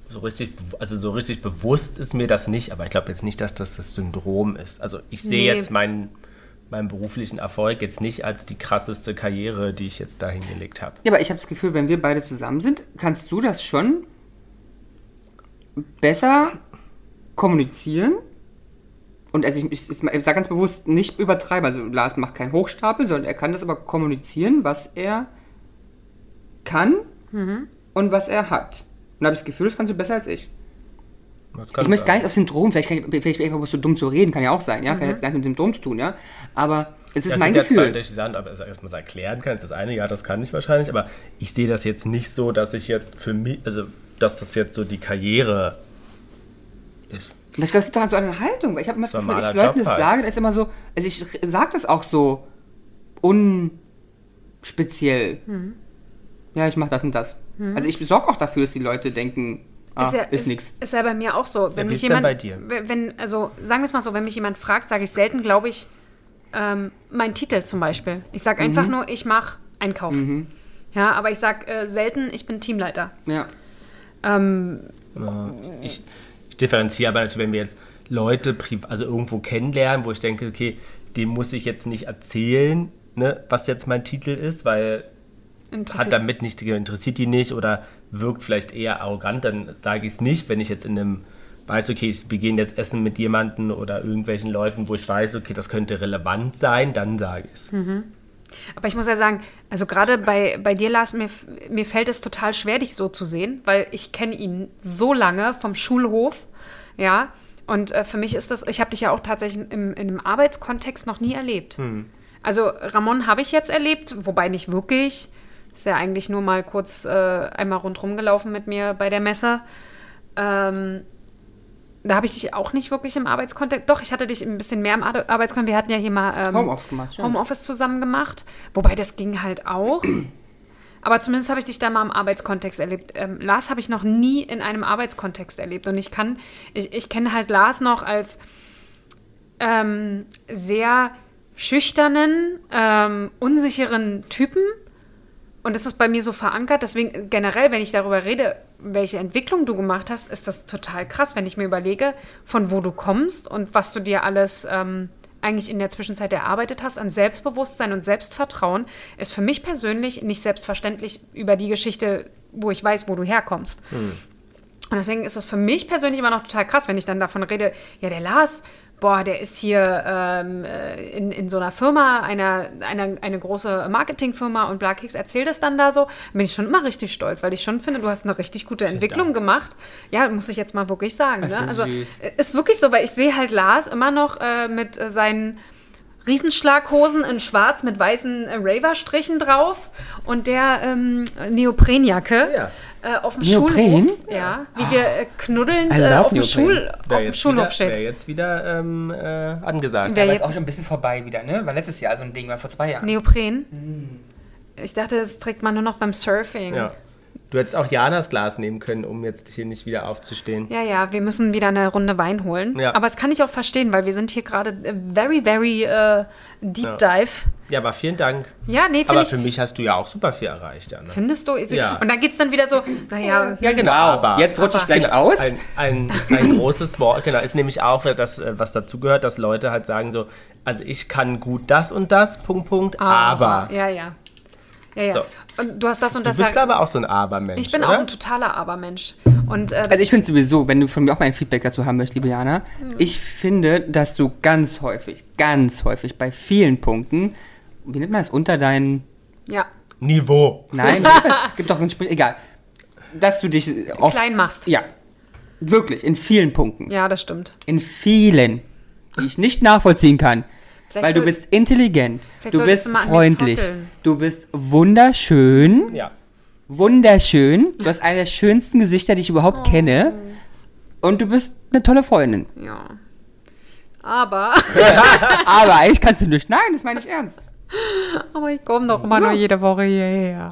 So richtig, also so richtig bewusst ist mir das nicht, aber ich glaube jetzt nicht, dass das das Syndrom ist. Also ich sehe
Nee.
jetzt meinen, meinen beruflichen Erfolg jetzt nicht als die krasseste Karriere, die ich jetzt da hingelegt habe.
Ja, aber ich habe das Gefühl, wenn wir beide zusammen sind, kannst du das schon besser kommunizieren. Und also ich, ich, ich sage ganz bewusst, nicht übertreiben. Also Lars macht keinen Hochstapel, sondern er kann das aber kommunizieren, was er kann und was er hat. Und da habe ich das Gefühl, das kannst du besser als ich.
Das kann
Ich möchte
sein.
gar nicht auf Syndrom, vielleicht, kann ich, vielleicht bin ich einfach so dumm zu reden, kann ja auch sein, ja. Vielleicht hat es gar nicht mit Symptom zu tun, ja. Aber es ist
Das
mein
sind ja zwei
Gefühl.
unterschiedliche Sachen, aber erstmal es erklären kannst, das eine, ja, das kann ich wahrscheinlich, aber ich sehe das jetzt nicht so, dass ich jetzt für mich, also dass das jetzt so die Karriere ist.
Aber ich glaube, es liegt doch an so einer Haltung, weil ich habe immer das
Das ist
Gefühl, wenn ich
normaler
Leuten
Job
das
halt.
sage, das ist immer so, also ich sage das auch so unspeziell. Ja, ich mache das und das. Also ich sorge auch dafür, dass die Leute denken, ah, ist, nix.
Ist ja bei mir auch so. Wenn
wie
mich
ist denn
jemand,
bei dir?
Wenn, also sagen wir es mal so, wenn mich jemand fragt, sage ich selten, glaube ich, ähm, meinen Titel zum Beispiel. Ich sage einfach
Mhm.
nur, ich mache Einkauf. Ja, aber ich sage äh, selten, ich bin Teamleiter.
Ja.
Ähm,
Mhm.
Ich, ich differenziere aber natürlich, wenn wir jetzt Leute priv- also irgendwo kennenlernen, wo ich denke, okay, dem muss ich jetzt nicht erzählen, ne, was jetzt mein Titel ist, weil hat
interessiert-
damit nichts, interessiert die nicht oder wirkt vielleicht eher arrogant, dann sage ich es nicht, wenn ich jetzt in einem weiß, okay, ich beginne jetzt Essen mit jemandem oder irgendwelchen Leuten, wo ich weiß, okay, das könnte relevant sein, dann sage ich
Hm,
es.
Aber ich muss ja sagen, also gerade bei, bei dir, Lars, mir, f- mir fällt es total schwer, dich so zu sehen, weil ich kenne ihn so lange vom Schulhof, ja. Und äh, für mich ist das, ich habe dich ja auch tatsächlich im, in einem Arbeitskontext noch nie erlebt.
Hm.
Also Ramon habe ich jetzt erlebt, wobei nicht wirklich. Ist ja eigentlich nur mal kurz äh, einmal rundherum gelaufen mit mir bei der Messe. Ähm, da habe ich dich auch nicht wirklich im Arbeitskontext. Doch, ich hatte dich ein bisschen mehr im Ar- Arbeitskontext. Wir hatten ja hier mal ähm,
Homeoffice gemacht, stimmt.
Homeoffice zusammen gemacht. Wobei das ging halt auch. Aber zumindest habe ich dich da mal im Arbeitskontext erlebt. Ähm, Lars habe ich noch nie in einem Arbeitskontext erlebt. Und ich kann, ich, ich kenne halt Lars noch als ähm, sehr schüchternen, ähm, unsicheren Typen. Und das ist bei mir so verankert. Deswegen generell, wenn ich darüber rede, welche Entwicklung du gemacht hast, ist das total krass, wenn ich mir überlege, von wo du kommst und was du dir alles ähm, eigentlich in der Zwischenzeit erarbeitet hast an Selbstbewusstsein und Selbstvertrauen, ist für mich persönlich nicht selbstverständlich über die Geschichte, wo ich weiß, wo du herkommst. Und deswegen ist das für mich persönlich immer noch total krass, wenn ich dann davon rede, ja, der Lars, boah, der ist hier ähm, äh, in, in so einer Firma, einer, einer, eine große Marketingfirma und Blakix erzählt das dann da so. Bin ich schon immer richtig stolz, weil ich schon finde, du hast eine richtig gute Entwicklung
Dank.
gemacht. Ja, muss ich jetzt mal wirklich sagen.
Ach so
Ne? Also
süß.
äh, ist wirklich so, weil ich sehe halt Lars immer noch äh, mit äh, seinen Riesenschlaghosen in Schwarz mit weißen äh, Raver-Strichen drauf und der ähm, Neoprenjacke
Ja.
äh, auf dem
Neopren?
Schulhof. Ja, wie wir äh, knuddelnd
I
äh,
love
auf dem,
Neopren.
Schul
Wer
auf dem
jetzt
Schulhof
wieder, Wäre
steht.
jetzt wieder ähm, äh, angesagt.
Wer
Aber
jetzt-
ist auch schon ein bisschen vorbei wieder, ne? War letztes Jahr so ein Ding, war vor zwei Jahren.
Neopren. Ich dachte, das trägt man nur noch beim Surfing.
Mhm. Ja. Du hättest auch Janas Glas nehmen können, um jetzt hier nicht wieder aufzustehen.
Ja, ja, wir müssen wieder eine Runde Wein holen.
Ja.
Aber das kann ich auch verstehen, weil wir sind hier gerade äh, very, very äh, deep dive.
Ja, aber vielen Dank.
Ja, nee, finde
aber
ich.
für mich hast du ja auch super viel erreicht, Jana.
Findest du? Ist-
Ja.
Und dann geht es dann wieder so, naja,
Ja, genau.
Wow,
aber-
jetzt rutsche ich gleich
Genau,
aus.
Ein, ein, ein großes Wort, genau, ist nämlich auch äh, das, äh, was dazugehört, dass Leute halt sagen so, also ich kann gut das und das, Punkt, Punkt,
Ah,
aber.
Ja, ja. Ja, ja.
So.
Und du hast das und
Du
das.
bist
ja-
aber auch so ein Aber-Mensch,
ich bin
oder?
auch ein totaler Abermensch. Und äh,
Also ich finde sowieso, wenn du von mir auch mal ein Feedback dazu haben möchtest, liebe Jana, ich finde, dass du ganz häufig, ganz häufig bei vielen Punkten, wie nennt man das, unter deinen
ja,
Niveau.
Nein, gibt es- gibt doch einen Sprich. Egal. Dass du dich oft.
Klein machst.
Ja. Wirklich, in vielen Punkten.
Ja, das stimmt.
In vielen. Die ich nicht nachvollziehen kann.
Vielleicht
weil du
soll-
bist intelligent.
Vielleicht
Du
solltest
bist
du mal an dich
freundlich.
zotteln.
Du bist wunderschön.
Ja.
Wunderschön. Du hast einer der schönsten Gesichter, die ich überhaupt
Oh.
kenne. Und du bist eine tolle Freundin.
Ja. Aber,
Aber eigentlich kannst du nicht. Nein, das meine ich ernst.
aber ich komme doch immer nur jede Woche hierher.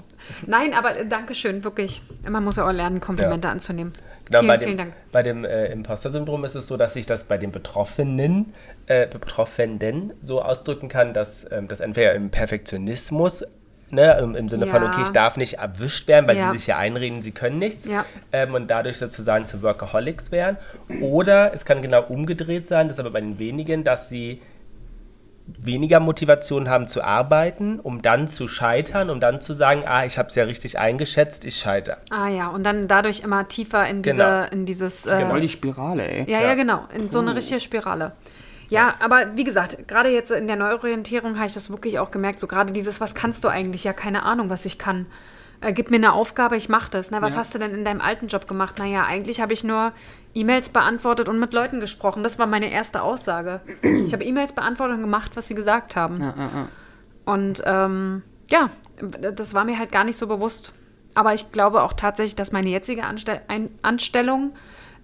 Nein, aber äh, Dankeschön, wirklich. Man muss ja auch lernen, Komplimente anzunehmen.
Genau,
vielen,
bei dem,
vielen Dank.
Bei dem äh, Imposter-Syndrom ist es so, dass ich das bei den Betroffenen, äh, Betroffenen so ausdrücken kann, dass ähm, das entweder im Perfektionismus, ne, im, im Sinne von,
Ja.
okay, ich darf nicht erwischt werden, weil
Ja.
sie sich ja einreden, sie können nichts,
Ja.
ähm, und dadurch sozusagen zu Workaholics werden. Oder es kann genau umgedreht sein, das ist aber bei den wenigen, dass sie weniger Motivation haben zu arbeiten, um dann zu scheitern, um dann zu sagen, ah, ich habe es ja richtig eingeschätzt, ich scheitere.
Ah ja, und dann dadurch immer tiefer in, diese,
Genau.
in dieses... Äh,
Voll die Spirale, ey.
Ja, ja,
Ja.
genau. In so eine richtige Spirale. Ja, aber wie gesagt, gerade jetzt in der Neuorientierung habe ich das wirklich auch gemerkt. So gerade dieses, was kannst du eigentlich? Ja, keine Ahnung, was ich kann. Äh, gib mir eine Aufgabe, ich mache das. Na, was hast du denn in deinem alten Job gemacht? Naja, eigentlich habe ich nur E-Mails beantwortet und mit Leuten gesprochen. Das war meine erste Aussage. Ich habe E-Mails beantwortet und gemacht, was sie gesagt haben.
Ah,
Und ähm, ja, das war mir halt gar nicht so bewusst. Aber ich glaube auch tatsächlich, dass meine jetzige Anstell ein Anstellung,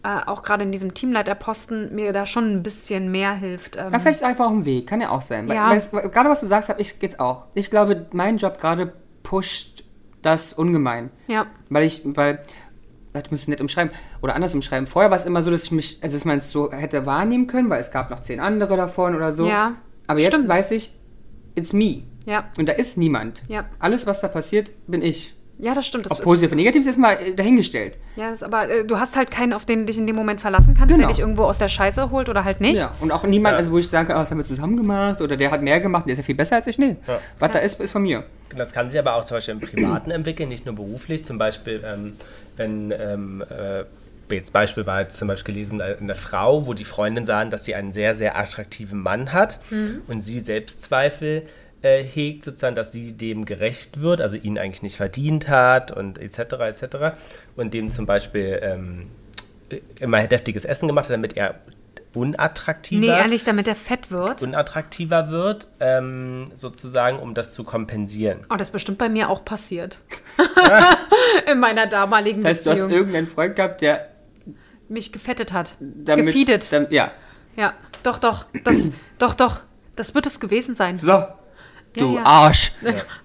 äh, auch gerade in diesem Teamleiterposten, mir da schon ein bisschen mehr hilft. Ähm,
Ja, vielleicht ist einfach auch ein Weg, kann ja auch sein. Weil,
Ja.
weil es, gerade was du sagst, habe ich jetzt auch. Ich glaube, mein Job gerade pusht das ungemein.
Ja.
Weil ich, weil, das müsste nett umschreiben. Oder anders umschreiben. Vorher war es immer so, dass ich mich, also dass man es so hätte wahrnehmen können, weil es gab noch zehn andere davon oder so.
Ja,
Aber jetzt
stimmt.
weiß ich, it's me.
ja,
Und da ist niemand.
Ja.
Alles, was da passiert, bin ich.
ja, das stimmt. Das
Ob positiv oder negativ ist jetzt mal äh, dahingestellt.
ist, ja, das ist aber äh, du hast halt keinen, auf den du dich in dem Moment verlassen kannst, der
Genau.
dich irgendwo aus der Scheiße holt oder halt nicht.
Ja. Und auch niemand,
Ja.
also wo ich sage, ah, das haben wir zusammen gemacht oder der hat mehr gemacht, der ist ja viel besser als ich. Nee. Was da ist, ist von mir.
Das kann sich aber auch zum Beispiel im Privaten entwickeln, nicht nur beruflich. Zum Beispiel, ähm, wenn, ähm, äh, jetzt Beispiel war jetzt zum Beispiel gelesen, äh, eine Frau, wo die Freundin sahen, dass sie einen sehr, sehr attraktiven Mann hat
Mhm.
und sie Selbstzweifel äh, hegt, sozusagen, dass sie dem gerecht wird, also ihn eigentlich nicht verdient hat und etc. etc. Und dem zum Beispiel ähm, immer deftiges Essen gemacht hat, damit er unattraktiver
Nee, ehrlich, damit der fett wird.
unattraktiver wird, ähm, sozusagen, um das zu kompensieren.
Oh, das ist bestimmt bei mir auch passiert. in meiner damaligen
Das heißt, du hast
Beziehung.
irgendeinen Freund gehabt, der
Mich gefettet hat.
damit...
gefeedet.
Dam, ja.
Ja, doch, doch. Das, doch, doch. Das wird es gewesen sein.
So. Du
ja.
Arsch.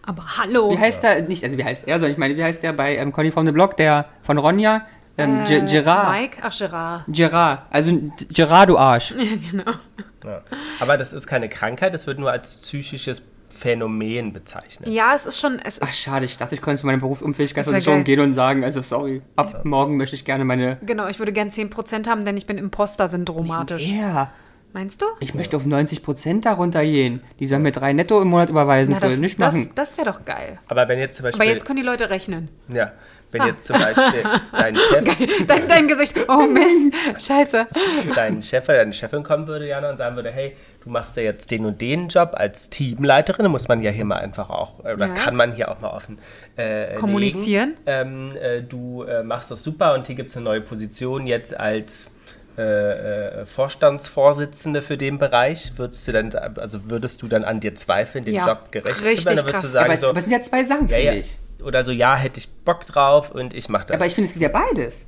Aber hallo.
Wie heißt der, nicht, also wie heißt er, sondern ich meine, wie heißt der bei ähm, Conny from the Block, der von Ronja? Ähm,
Äh,
Ge- Gerard.
Mike? Ach, Gerard.
Gerard. Also D- Gerard, du Arsch.
Ja. Aber das ist keine Krankheit, das wird nur als psychisches Phänomen bezeichnet.
Ja, es ist schon, es
Ach,
ist,
schade, ich dachte, ich könnte zu meiner
Das wär
Berufsunfähigkeitsversicherung
geil.
gehen und sagen, also sorry, ab morgen möchte ich gerne meine.
genau, ich würde gern 10% haben, denn ich bin Imposter-syndromatisch.
Ja,
Meinst du?
ich möchte auf 90% darunter gehen. Die sollen mir drei netto im Monat überweisen.
Na,
Ich würde
das
nicht
das,
machen.
das wäre doch geil.
Aber wenn jetzt zum Beispiel,
Aber jetzt Ah. können die Leute rechnen.
ja, wenn jetzt zum Beispiel dein Chef,
Dein, dein Gesicht, oh Mist, scheiße.
dein Chef oder deine Chefin kommen würde, Jana, und sagen würde, hey, du machst ja jetzt den und den Job als Teamleiterin, muss man ja hier mal einfach auch, äh, oder
Ja.
kann man hier auch mal offen äh,
Kommunizieren.
legen. Ähm, äh, du äh, machst das super und hier gibt es eine neue Position jetzt als äh, äh, Vorstandsvorsitzende für den Bereich, würdest du dann, also würdest du dann an dir zweifeln, den
Ja.
Job gerecht
Richtig
zu werden, oder
krass.
würdest du
Ja,
sagen,
aber, es,
so,
aber es sind ja zwei Sachen,
Ja,
finde
ja.
ich.
Oder so, ja, hätte ich Bock drauf und ich mache das.
Aber ich finde, es geht ja beides.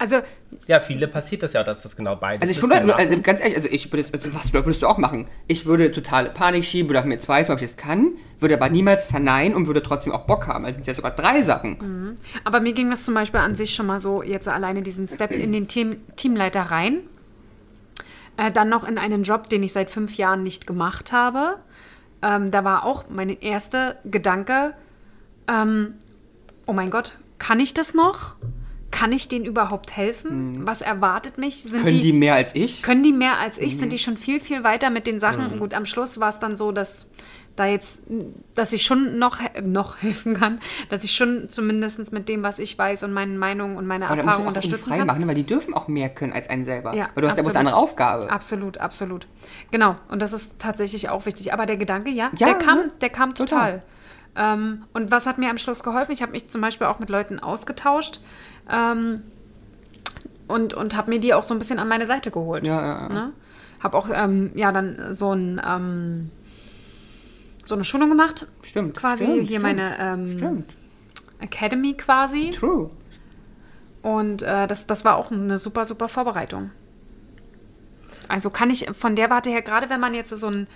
Also,
ja, viele passiert das ja, dass das genau beides
Also ich
ist.
würde,
Dann
also ganz ehrlich, also ich würde, also was würdest du auch machen? Ich würde totale Panik schieben, würde auf mir zweifeln, ob ich das kann, würde aber niemals verneinen und würde trotzdem auch Bock haben. Also sind es ja sogar drei Sachen.
Mhm. aber mir ging das zum Beispiel an sich schon mal so, jetzt alleine diesen Step in den Team, Teamleiter rein. Äh, dann noch in einen Job, den ich seit fünf Jahren nicht gemacht habe. Ähm, da war auch mein erster Gedanke, ähm, oh mein Gott, kann ich das noch? Kann ich denen überhaupt helfen? Was erwartet mich? Sind
Mhm. Können die mehr als ich?
können die mehr als ich?
Mhm.
Sind die schon viel, viel weiter mit den Sachen? Gut, am Schluss war es dann so, dass da jetzt, dass ich schon noch, he- noch helfen kann, dass ich schon zumindest mit dem, was ich weiß und meinen Meinungen und meine
Aber da muss
Erfahrungen
man auch irgendwie
unterstützen
frei
kann.
machen, weil die dürfen auch mehr können als einen selber.
Ja,
weil du hast ja bloß eine
absolut.
andere Aufgabe.
Absolut, absolut. Genau. Und das ist tatsächlich auch wichtig. Aber der Gedanke, ja,
Ja,
der kam,
ne?
der kam total. Ähm, und was hat mir am Schluss geholfen? Ich habe mich zum Beispiel auch mit Leuten ausgetauscht ähm, und, und habe mir die auch so ein bisschen an meine Seite geholt.
Ja, ja, ja.
Ne? Habe auch ähm, ja dann so ein ähm, so eine Schulung gemacht,
Stimmt.
quasi
stimmt,
hier
stimmt,
meine ähm,
Stimmt.
Academy quasi.
True.
Und äh, das, das war auch eine super, super Vorbereitung. Also kann ich von der Warte her, gerade wenn man jetzt so ein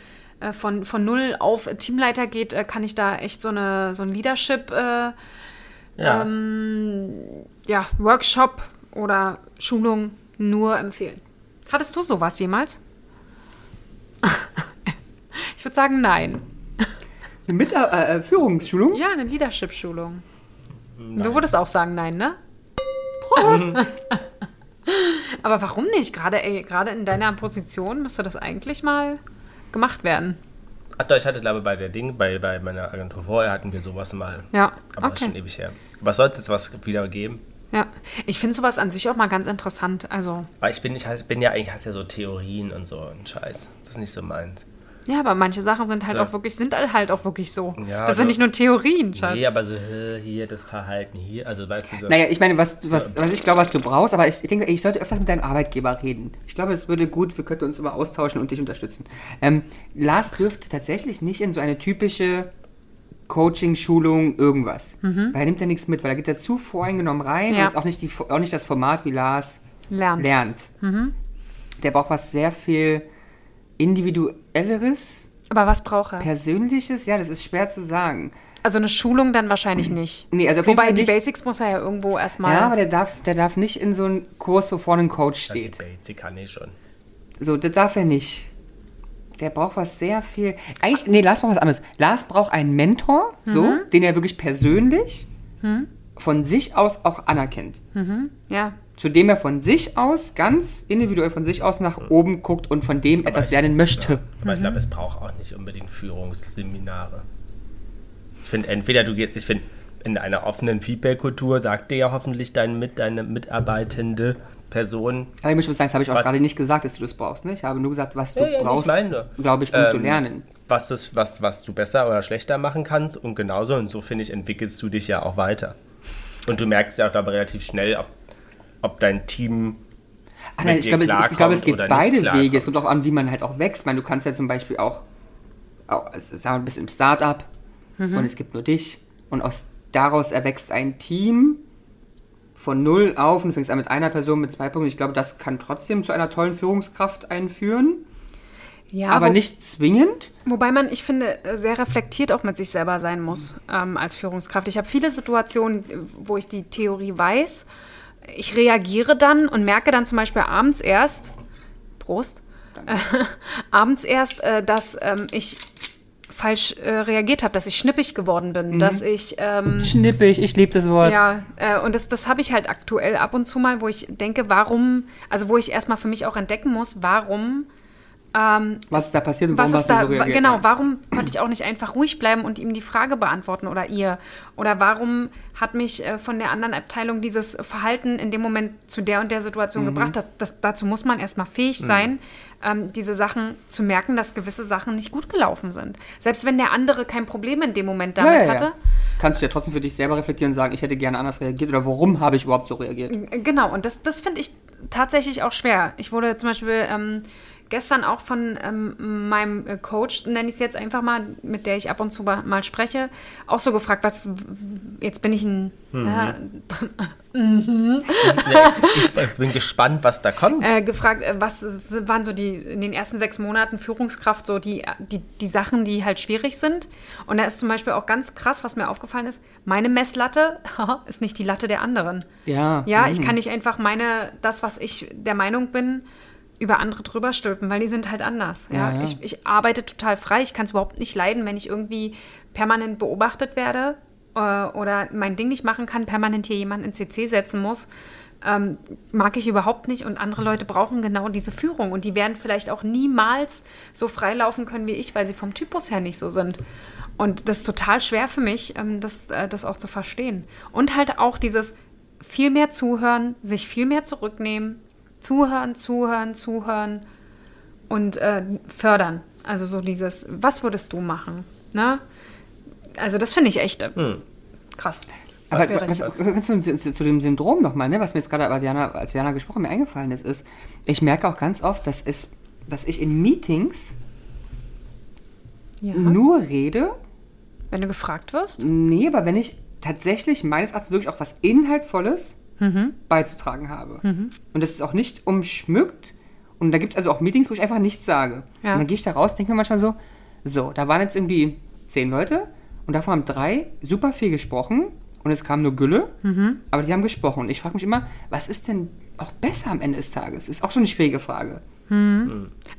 äh, von, von null auf Teamleiter geht, äh, kann ich da echt so, eine, so ein Leadership, äh, Ähm, ja,
Ja.
Workshop oder Schulung nur empfehlen. Hattest du sowas jemals? ich würde sagen, nein.
Eine Mitar äh, äh, Führungsschulung?
Ja, eine Leadership-Schulung. Du würdest auch sagen, nein, ne?
Prost!
Aber warum nicht? Gerade, ey, gerade in deiner Position müsste das eigentlich mal gemacht werden.
Ach doch, ich hatte glaube bei der Ding, bei, bei meiner Agentur vorher hatten wir sowas mal.
Ja,
Aber das ist schon
okay.
ewig her. Was soll es jetzt was wieder geben?
Ja. Ich finde sowas an sich auch mal ganz interessant. Also,
Weil ich bin, ich hasse- bin ja eigentlich, hast ja so Theorien und so und Scheiß. Das ist nicht so meins.
ja, aber manche Sachen sind halt
Ja.
auch wirklich, sind halt auch wirklich so.
Ja, also
das sind
da-
nicht nur Theorien, Schatz.
Nee, aber so hä, hier das Verhalten, hier, also weißt du so.
Naja, ich meine, was, was, was ich glaube, was du brauchst, aber ich, ich denke, ich sollte öfters mit deinem Arbeitgeber reden. Ich glaube, es würde gut, wir könnten uns immer austauschen und dich unterstützen. Ähm, Lars dürfte tatsächlich nicht in so eine typische Coaching, Schulung, irgendwas. Weil er nimmt ja nichts mit, weil er geht da zu voreingenommen rein
Ja.
und ist auch nicht, die, auch nicht das Format, wie Lars
Lernt.
lernt. Der braucht was sehr viel individuelleres,
Aber was braucht er?
persönliches, ja, das ist schwer zu sagen.
Also eine Schulung dann wahrscheinlich nicht.
Nee, also auf jeden
Wobei
Fall
die
nicht-
Basics muss er ja irgendwo erstmal.
Ja, aber der darf, der darf nicht in so einen Kurs, wo vorne ein Coach
Die
steht.
Basic kann ich schon.
So, das darf er nicht. Der braucht was sehr viel. Eigentlich, nee, Lars braucht was anderes. Lars braucht einen Mentor, so, den er wirklich persönlich von sich aus auch anerkennt.
ja.
Zu dem er von sich aus, ganz individuell von sich aus nach oben guckt und von dem etwas lernen möchte.
Aber ich glaube, es braucht auch nicht unbedingt Führungsseminare. Ich finde, entweder du gehst, ich finde, in einer offenen Feedback-Kultur sagt dir ja hoffentlich dein, mit, deine mitarbeitende Person,
Aber ich möchte sagen, das habe ich auch
Was-
gerade nicht gesagt, dass du das brauchst. Ne? Ich habe nur gesagt, was du
Ja, ja, ich
brauchst,
meine nur.
glaube ich, um zu
Ähm,
lernen.
was, das, was, was du besser oder schlechter machen kannst. Und genauso, und so finde ich, entwickelst du dich ja auch weiter. Und du merkst ja auch dabei relativ schnell, ob, ob dein Team.
Ach,
mit
nein, ich,
dir
glaube, es- ich, ich
klarkommt
glaube, es geht
oder nicht
beide
klarkommt.
Wege. Es kommt auch an, wie man halt auch wächst. Ich meine, du kannst ja zum Beispiel auch, auch sagen wir, du bist im Start-up und es gibt nur dich. Und aus, daraus erwächst ein Team von null auf und du fängst an mit einer Person, mit zwei Punkten. Ich glaube, das kann trotzdem zu einer tollen Führungskraft einführen,
ja
aber
wo-
nicht zwingend.
Wobei man, ich finde, äh, sehr reflektiert auch mit sich selber sein muss ähm, als Führungskraft. Ich habe viele Situationen, äh, wo ich die Theorie weiß. Ich reagiere dann und merke dann zum Beispiel abends erst, Prost, abends erst, äh, dass ähm, ich falsch äh, reagiert habe, dass ich schnippig geworden bin, dass ich ähm,
Schnippig, ich liebe das Wort.
ja, äh, und das, das habe ich halt aktuell ab und zu mal, wo ich denke, warum, also wo ich erstmal für mich auch entdecken muss, warum ähm,
Was ist da passiert und warum
was ist
hast du
da,
so
wa-
reagiert?
genau, warum konnte ich auch nicht einfach ruhig bleiben und ihm die Frage beantworten oder ihr? Oder warum hat mich äh, von der anderen Abteilung dieses Verhalten in dem Moment zu der und der
Mhm.
Situation gebracht? Das, das, dazu muss man erstmal fähig sein, ähm, diese Sachen zu merken, dass gewisse Sachen nicht gut gelaufen sind. Selbst wenn der andere kein Problem in dem Moment damit hatte.
Kannst du ja trotzdem für dich selber reflektieren und sagen, ich hätte gerne anders reagiert oder warum habe ich überhaupt so reagiert?
Genau, und das, das finde ich tatsächlich auch schwer. Ich wurde zum Beispiel ähm, gestern auch von ähm, meinem äh, Coach, nenne ich es jetzt einfach mal, mit der ich ab und zu ba- mal spreche, auch so gefragt, was, jetzt bin ich ein,
Nee, ich bin gespannt, was da kommt.
äh, äh, gefragt, äh, was s- waren so die, in den ersten sechs Monaten Führungskraft, so die, die, die Sachen, die halt schwierig sind. Und da ist zum Beispiel auch ganz krass, was mir aufgefallen ist, meine Messlatte ist nicht die Latte der anderen.
Ja.
Ja, ich kann nicht einfach meine, das, was ich der Meinung bin, über andere drüber stülpen, weil die sind halt anders. Ja,
Ja, ja.
Ich, ich arbeite total frei. Ich kann es überhaupt nicht leiden, wenn ich irgendwie permanent beobachtet werde äh, oder mein Ding nicht machen kann, permanent hier jemanden in CC setzen muss. Ähm, mag ich überhaupt nicht und andere Leute brauchen genau diese Führung und die werden vielleicht auch niemals so frei laufen können wie ich, weil sie vom Typus her nicht so sind. Und das ist total schwer für mich, ähm, das, äh, das auch zu verstehen. Und halt auch dieses, viel mehr zuhören, sich viel mehr zurücknehmen, zuhören, zuhören, zuhören und äh, fördern. Also so dieses, was würdest du machen? Ne? also das finde ich echt äh, krass.
Aber
Hast du recht.
was, was, was, zu, zu, zu dem Syndrom nochmal, ne, was mir jetzt gerade, als Jana, als Jana gesprochen, mir eingefallen ist, ist, ich merke auch ganz oft, dass, es, dass ich in Meetings
Ja.
nur rede,
Wenn du gefragt wirst?
nee, aber wenn ich tatsächlich meines Erachtens wirklich auch was Inhaltvolles beizutragen habe. Und das ist auch nicht umschmückt. Und da gibt es also auch Meetings, wo ich einfach nichts sage.
Ja.
Und dann gehe ich da raus, denke mir manchmal so, so, da waren jetzt irgendwie zehn Leute und davon haben drei super viel gesprochen und es kam nur Gülle, aber die haben gesprochen. Und ich frage mich immer, was ist denn auch besser am Ende des Tages? Ist auch so eine schwierige Frage.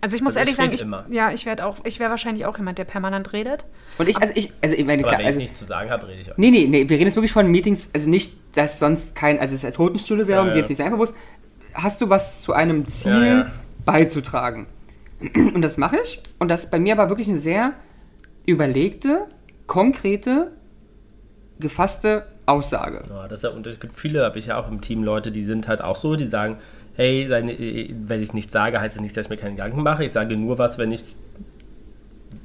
Also ich muss
Also
ehrlich
ich
sagen,
rede
ich,
immer.
ja, ich werde auch, ich wäre wahrscheinlich auch jemand, der permanent redet.
Und ich, also ich, also ich meine,
Aber
klar,
wenn
also,
ich nichts zu sagen habe, rede ich auch.
Nee, nee, nee, wir reden jetzt wirklich von Meetings, also nicht, dass sonst kein, also es ist Totenstühle wäre, um
Ja,
die
ja.
jetzt nicht so einfach bewusst. Hast du was zu einem Ziel
Ja, ja.
beizutragen? Und das mache ich. Und das ist bei mir aber wirklich eine sehr überlegte, konkrete, gefasste Aussage.
Ja, das ist ja, und es gibt viele, habe ich ja auch im Team Leute, die sind halt auch so, die sagen, hey, seine, äh, wenn ich nichts sage, heißt es nicht, dass ich mir keine Gedanken mache. Ich sage nur was, wenn ich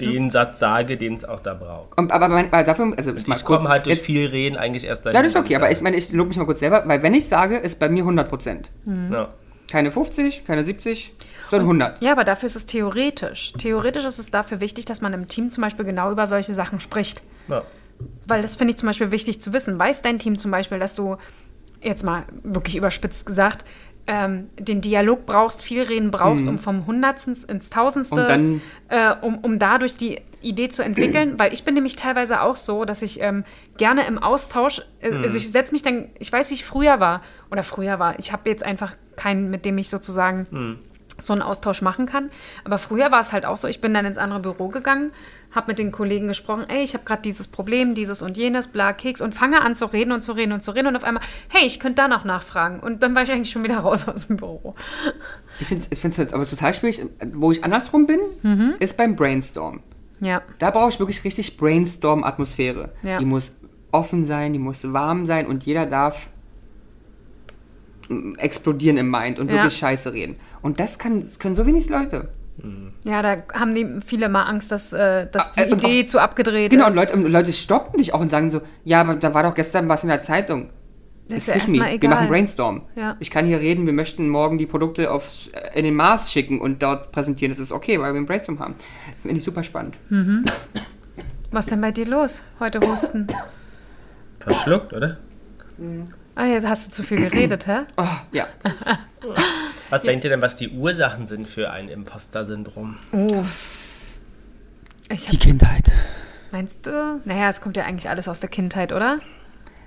den Satz sage, den es auch da braucht.
Und, aber, mein, aber dafür, also
Und
mal
ich komme halt durch
jetzt-
viel Reden eigentlich erst dahin.
Ja, das ist okay, aber ich
sage.
meine, ich lobe mich mal kurz selber, weil wenn ich sage, ist bei mir 100 Prozent.
Ja.
Keine 50, keine 70, sondern 100.
Ja, aber dafür ist es theoretisch. Theoretisch ist es dafür wichtig, dass man im Team zum Beispiel genau über solche Sachen spricht.
Ja.
Weil das finde ich zum Beispiel wichtig zu wissen. Weiß dein Team zum Beispiel, dass du, jetzt mal wirklich überspitzt gesagt, ähm, den Dialog brauchst, viel reden brauchst, um vom Hundertsten ins Tausendste,
Mhm. Und dann-
äh, um, um dadurch die Idee zu entwickeln? Weil ich bin nämlich teilweise auch so, dass ich ähm, gerne im Austausch, äh, also ich setze mich dann, ich weiß, wie ich früher war oder früher war. Ich habe jetzt einfach keinen, mit dem ich sozusagen so einen Austausch machen kann. Aber früher war es halt auch so, ich bin dann ins andere Büro gegangen, habe mit den Kollegen gesprochen, ey, ich habe gerade dieses Problem, dieses und jenes, bla, Keks und fange an zu reden und zu reden und zu reden und auf einmal, hey, ich könnte da noch nachfragen. Und dann war ich eigentlich schon wieder raus aus dem Büro.
Ich finde es ich find's halt aber total schwierig. Wo ich andersrum bin,
Mhm.
ist beim Brainstorm.
Ja,
Da brauche ich wirklich richtig Brainstorm-Atmosphäre.
Ja.
Die muss offen sein, die muss warm sein und jeder darf mm, explodieren im Mind und
Ja.
wirklich Scheiße reden. Und das, kann, das können so wenig Leute.
ja, da haben die viele mal Angst, dass, äh, dass die
Ah, äh, und
Idee
auch-
zu abgedreht
Genau,
ist.
und Leute, und Leute stoppen dich auch und sagen so, ja, aber da war doch gestern was in der Zeitung.
Das ist ja
Excuse me,
erstmal
Wir
egal.
machen Brainstorm.
Ja.
Ich kann hier reden, wir möchten morgen die Produkte auf, äh, in den Mars schicken und dort präsentieren. Das ist okay, weil wir einen Brainstorm haben. Finde ich super spannend.
Was ist denn bei dir los? Heute husten.
Verschluckt, oder?
Ah, jetzt hast du zu viel geredet, hä?
Oh, ja.
Was denkt ihr denn, was die Ursachen sind für ein Imposter-Syndrom? Also
Oh. Ich hab,
Kindheit.
meinst du? Naja, es kommt ja eigentlich alles aus der Kindheit, oder?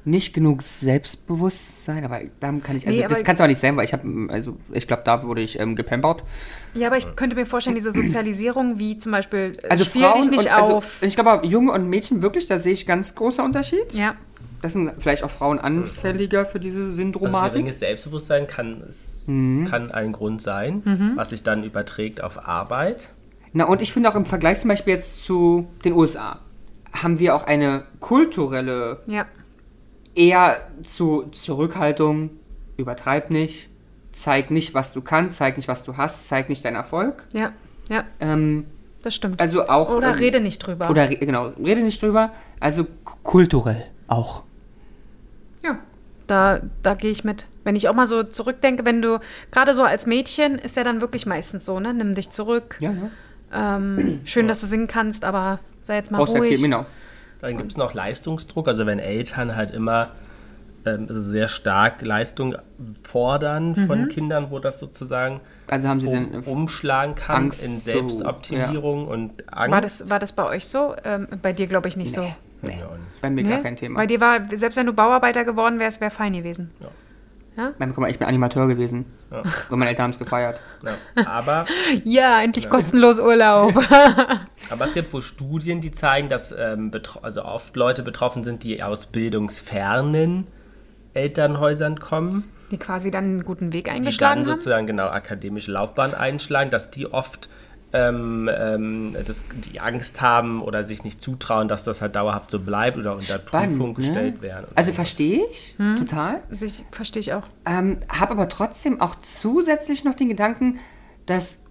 nicht genug Selbstbewusstsein, aber damit kann ich, also
Nee, aber-
das kann es aber nicht sein, weil ich habe, also ich glaube, da wurde ich ähm, gepampert.
Ja, aber ich könnte mir vorstellen, diese Sozialisierung, wie zum Beispiel, äh,
Also
spiel
Frauen
dich nicht
und, also,
auf.
ich glaube, Junge und Mädchen wirklich, da sehe ich ganz großer Unterschied.
ja,
Das sind vielleicht auch Frauen anfälliger für diese
Also ein
Syndromatik.
geringes Selbstbewusstsein kann, es
Mhm.
kann ein Grund sein,
Mhm.
was sich dann überträgt auf Arbeit.
Na und ich finde auch im Vergleich zum Beispiel jetzt zu den USA haben wir auch eine kulturelle
ja.
eher zu Zurückhaltung, übertreib nicht, zeig nicht, was du kannst, zeig nicht, was du hast, zeig nicht deinen Erfolg.
Ja, ja,
Ähm,
das stimmt.
also auch
Oder
ähm,
rede nicht drüber.
Oder re- genau, rede nicht drüber. Also k- kulturell auch.
ja. Da, da gehe ich mit. Wenn ich auch mal so zurückdenke, wenn du, gerade so als Mädchen, ist ja dann wirklich meistens so, ne? Nimm dich zurück.
Ja, ja.
Ähm, schön, dass du singen kannst, aber sei jetzt mal
Aus der
ruhig.
Kirche, genau.
Dann gibt es noch Leistungsdruck, also wenn Eltern halt immer ähm, also sehr stark Leistung fordern
Mhm.
von Kindern, wo das sozusagen
Also haben sie
um,
denn.
umschlagen kann
Angst
in
so,
Selbstoptimierung und Angst.
War das, war das bei euch so? Ähm, bei dir glaube ich nicht so.
Ja, und
äh, Bei mir
Nee?
gar kein Thema.
Bei dir war, selbst wenn du Bauarbeiter geworden wärst, wäre fein gewesen.
Bei mir, guck mal, ich bin Animateur gewesen.
Ja.
Und meine Eltern haben es gefeiert.
ja. Aber,
Ja, endlich kostenlos Urlaub.
aber es gibt wohl Studien, die zeigen, dass ähm, betro- also oft Leute betroffen sind, die aus bildungsfernen Elternhäusern kommen.
Die quasi dann einen guten Weg
die dann
eingeschlagen haben.
sozusagen genau akademische Laufbahn einschlagen, dass die oft ähm, ähm, das, die Angst haben oder sich nicht zutrauen, dass das halt dauerhaft so bleibt oder unter Prüfung
Spannend,
gestellt
ne?
werden.
Also verstehe ich, total.
Sich, verstehe ich auch.
Ähm, Habe aber trotzdem auch zusätzlich noch den Gedanken, dass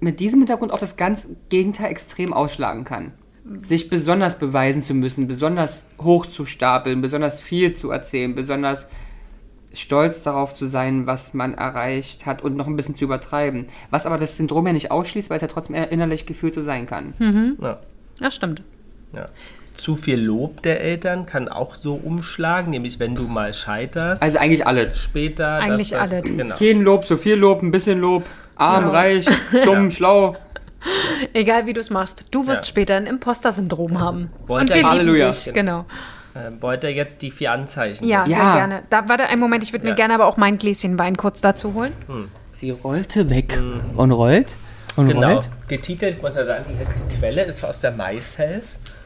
mit diesem Hintergrund auch das ganz Gegenteil extrem ausschlagen kann. sich besonders beweisen zu müssen, besonders hoch zu stapeln, besonders viel zu erzählen, besonders stolz darauf zu sein, was man erreicht hat und noch ein bisschen zu übertreiben. Was aber das Syndrom ja nicht ausschließt, weil es ja trotzdem innerlich gefühlt so sein kann.
Ja.
Das stimmt.
Ja. Zu viel Lob der Eltern kann auch so umschlagen, nämlich wenn du mal scheiterst,
Also eigentlich alle.
später.
Eigentlich
dass das,
alle.
Genau.
Kein Lob, so viel Lob, ein bisschen Lob, arm, reich, dumm, schlau.
Egal wie du es machst, du wirst
Ja.
später ein Imposter-Syndrom haben.
Wollt
Und
ihr-
wir
Halleluja.
lieben dich. Genau.
Ähm, wollt ihr jetzt die vier Anzeichen?
Ja,
wissen?
Ja.
sehr gerne. Da warte einen Moment, ich würde
Ja.
mir gerne aber auch mein Gläschen Wein kurz dazu holen.
Sie rollte weg und rollt und
Mhm. Genau.
rollt.
Getitelt, ich muss ja sagen, die, die Quelle ist aus der MySelf.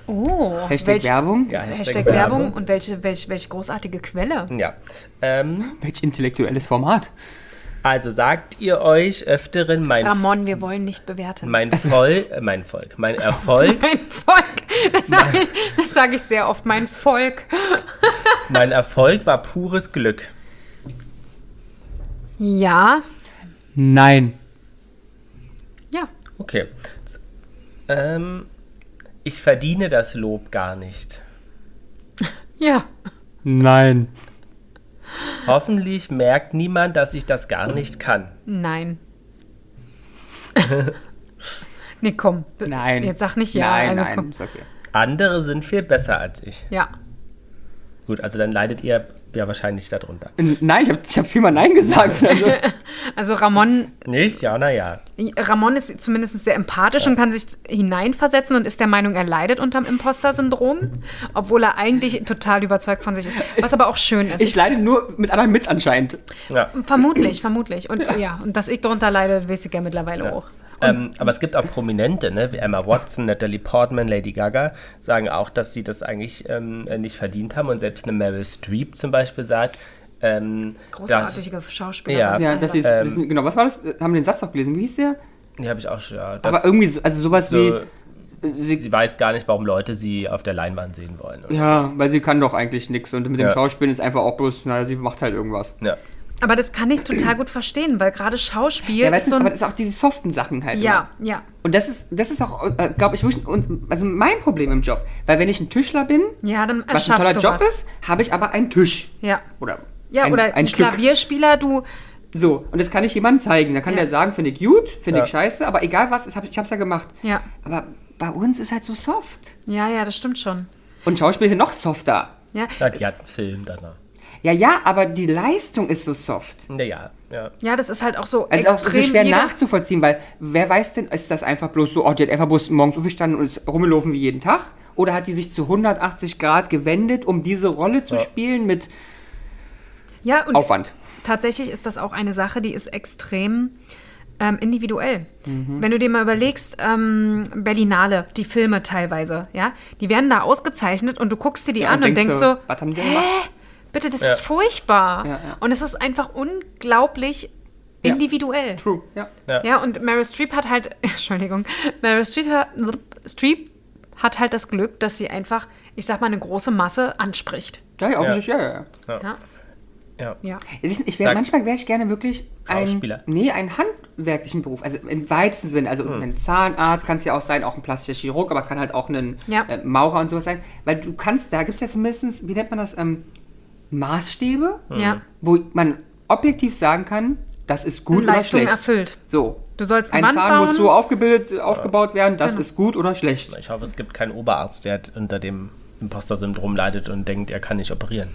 Oh,
Hashtag
welch-
Werbung. Hm.
Ja,
Hashtag Werbung und welche, welche, welche großartige Quelle.
Ja. Ähm,
Welch intellektuelles Format.
also sagt ihr euch öfteren, mein,
Ramon, wir wollen nicht bewerten.
mein, Voll, äh, mein Volk, mein Erfolg,
Mein Volk, das sage ich, das sag ich sehr oft, mein Volk.
mein Erfolg war pures Glück.
Ja,
Nein.
ja.
Okay. Z- Ähm, ich verdiene das Lob gar nicht.
Ja.
Nein.
Hoffentlich merkt niemand, dass ich das gar nicht kann.
Nein. nee, komm. b-
Nein.
Jetzt sag nicht ja.
Nein,
also
nein,
Komm.
ist okay.
Andere sind viel besser als ich.
Ja.
Gut, also dann leidet ihr ja wahrscheinlich darunter.
N- Nein, ich habe ich hab viermal Nein gesagt. Also,
Also Ramon,
Nicht? Ja, naja.
Ramon ist zumindest sehr empathisch und kann sich hineinversetzen und ist der Meinung, er leidet unterm Imposter-Syndrom, obwohl er eigentlich total überzeugt von sich ist. Was aber auch schön ist.
ich leide nur mit anderen mit anscheinend.
Ja.
vermutlich, vermutlich. Und ja. und dass ich darunter leide, weiß ich ja mittlerweile auch.
Ähm, aber es gibt auch Prominente, ne? wie Emma Watson, Natalie Portman, Lady Gaga, sagen auch, dass sie das eigentlich ähm, nicht verdient haben. Und selbst eine Meryl Streep zum Beispiel sagt, ähm, dass,
Großartige Schauspielerin.
Ja.
Ja, das ist,
Ähm.
das ist genau. Was war das? Äh, Haben wir den Satz noch gelesen? Wie hieß der?
die habe ich auch schon, ja, das
Aber irgendwie, so, also sowas
so,
wie. äh, Sie,
sie weiß gar nicht, warum Leute sie auf der Leinwand sehen wollen. oder?
ja, weil sie kann doch eigentlich nichts. Und mit dem
Ja.
Schauspielen ist einfach auch bloß, naja, sie macht halt irgendwas.
Ja.
Aber das kann ich total gut verstehen, weil gerade Schauspiel
Ja, weißt
ist
du,
so
aber
ein.
das ist auch diese soften Sachen halt. immer.
Ja, ja,
Und das ist, das ist auch, äh, glaube ich, wirklich- und, also mein Problem im Job. Weil wenn ich ein Tischler bin,
ja, dann
was ein
schaffst
toller
du
Job
was.
ist, habe ich aber einen Tisch.
Ja.
Oder
Ja,
ein,
oder
ein
ein
Stück.
Klavierspieler, du.
So, und das kann ich jemandem zeigen. Da kann
Ja.
der sagen, finde ich gut, finde
Ja.
ich scheiße, aber egal was, das hab ich, ich hab's ja gemacht.
Ja.
Aber bei uns ist halt so soft.
Ja, ja, das stimmt schon.
Und Schauspiel ist ja noch softer.
Ja,
ja, die hat einen Film danach.
Ja, ja, aber die Leistung ist so soft.
Ja, ja. ja.
ja das ist halt auch so.
Also auch so
extrem
schwer
jeder-
nachzuvollziehen, weil wer weiß denn, ist das einfach bloß so, oh, die hat einfach bloß morgens aufgestanden und ist rumgelaufen wie jeden Tag? Oder hat die sich zu 180 Grad gewendet, um diese Rolle zu
Ja.
spielen mit
Ja, und
Aufwand?
tatsächlich ist das auch eine Sache, die ist extrem ähm, individuell.
Mhm.
Wenn du dir mal überlegst, ähm, Berlinale, die Filme teilweise, ja, die werden da ausgezeichnet und du guckst dir die an und denkst so,
was haben die gemacht?
bitte, das
Ja.
ist furchtbar.
Ja, ja.
Und es ist einfach unglaublich
Ja.
individuell.
True, ja.
Ja, und Meryl Streep hat halt, Entschuldigung, Meryl Streep hat, Streep hat halt das Glück, dass sie einfach, ich sag mal, eine große Masse anspricht.
Ja, ja, offensichtlich, ja, ja. ja.
Ja,
ja.
ja.
Es ist- Ich wär,
Sag-
manchmal wäre ich gerne wirklich ein,
Schauspieler. Hm.
nee, einen handwerklichen Beruf, also im weitesten Sinne, also ein Zahnarzt kann es ja auch sein, auch ein plastischer Chirurg, aber kann halt auch ein
Ja.
äh, Maurer und sowas sein, weil du kannst, da gibt es ja zumindest, wie nennt man das, ähm, Maßstäbe,
ja.
wo man objektiv sagen kann, das ist gut oder
Leistung
schlecht.
erfüllt.
So.
Du sollst
Ein
eine Wand
Zahn
bauen. Genau.
muss so aufgebildet, aufgebaut werden, das ist gut oder schlecht.
Ich hoffe, es gibt keinen Oberarzt, der unter dem Imposter-Syndrom leidet und denkt, er kann nicht operieren.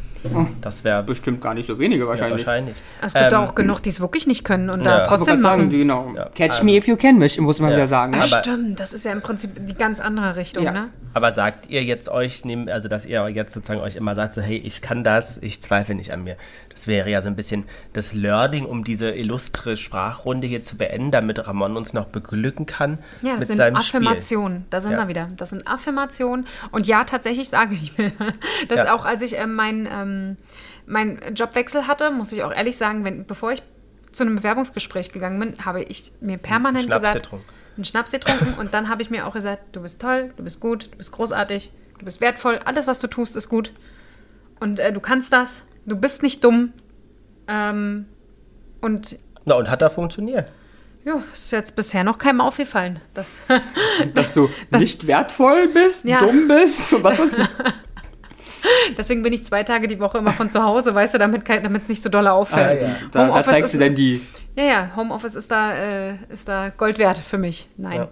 Das wäre
Bestimmt gar nicht so wenige wahrscheinlich.
wahrscheinlich.
Hm. Es gibt
Ähm,
auch genug, die es wirklich nicht können und
Ja.
da
Ich wollte
trotzdem
gerade sagen, die,
machen. Also,
genau.
Ja. Also.
Catch me if you can, mich, muss man
Ja.
wieder sagen.
Ach,
Ne?
Aber-
stimmt, das ist ja im Prinzip die ganz andere Richtung,
Ja.
ne?
Aber sagt ihr jetzt euch, nehm- also dass ihr jetzt sozusagen euch immer sagt, so, hey, ich kann das, ich zweifle nicht an mir. Das wäre ja so ein bisschen das Learning, um diese illustre Sprachrunde hier zu beenden, damit Ramon uns noch beglücken kann
Ja, das
mit
sind
seinem
Affirmationen. Da sind
Ja.
wir wieder. Das sind Affirmationen. Und ja, tatsächlich sage ich mir, dass
Ja.
auch als ich ähm, meinen ähm, mein Jobwechsel hatte, muss ich auch ehrlich sagen, wenn, bevor ich zu einem Bewerbungsgespräch gegangen bin, habe ich mir permanent
Schnaps
gesagt,
getrunken.
einen Schnaps getrunken und dann habe ich mir auch gesagt, du bist toll, du bist gut, du bist großartig, du bist wertvoll, alles, was du tust, ist gut und äh, du kannst das, du bist nicht dumm ähm, und
Spiel. Na, und hat da funktioniert.
Ja, ist jetzt bisher noch keinem aufgefallen. Das
Dass du nicht wertvoll bist,
Ja.
dumm bist und was weiß ich.
Deswegen bin ich zwei Tage die Woche immer von zu Hause, weißt du, damit es nicht so doll auffällt.
Ah, ja.
Da, da
Homeoffice
zeigst du
ist-
dann die.
Ja, ja, Homeoffice ist da, äh, ist da Gold wert für mich. Nein. Ja.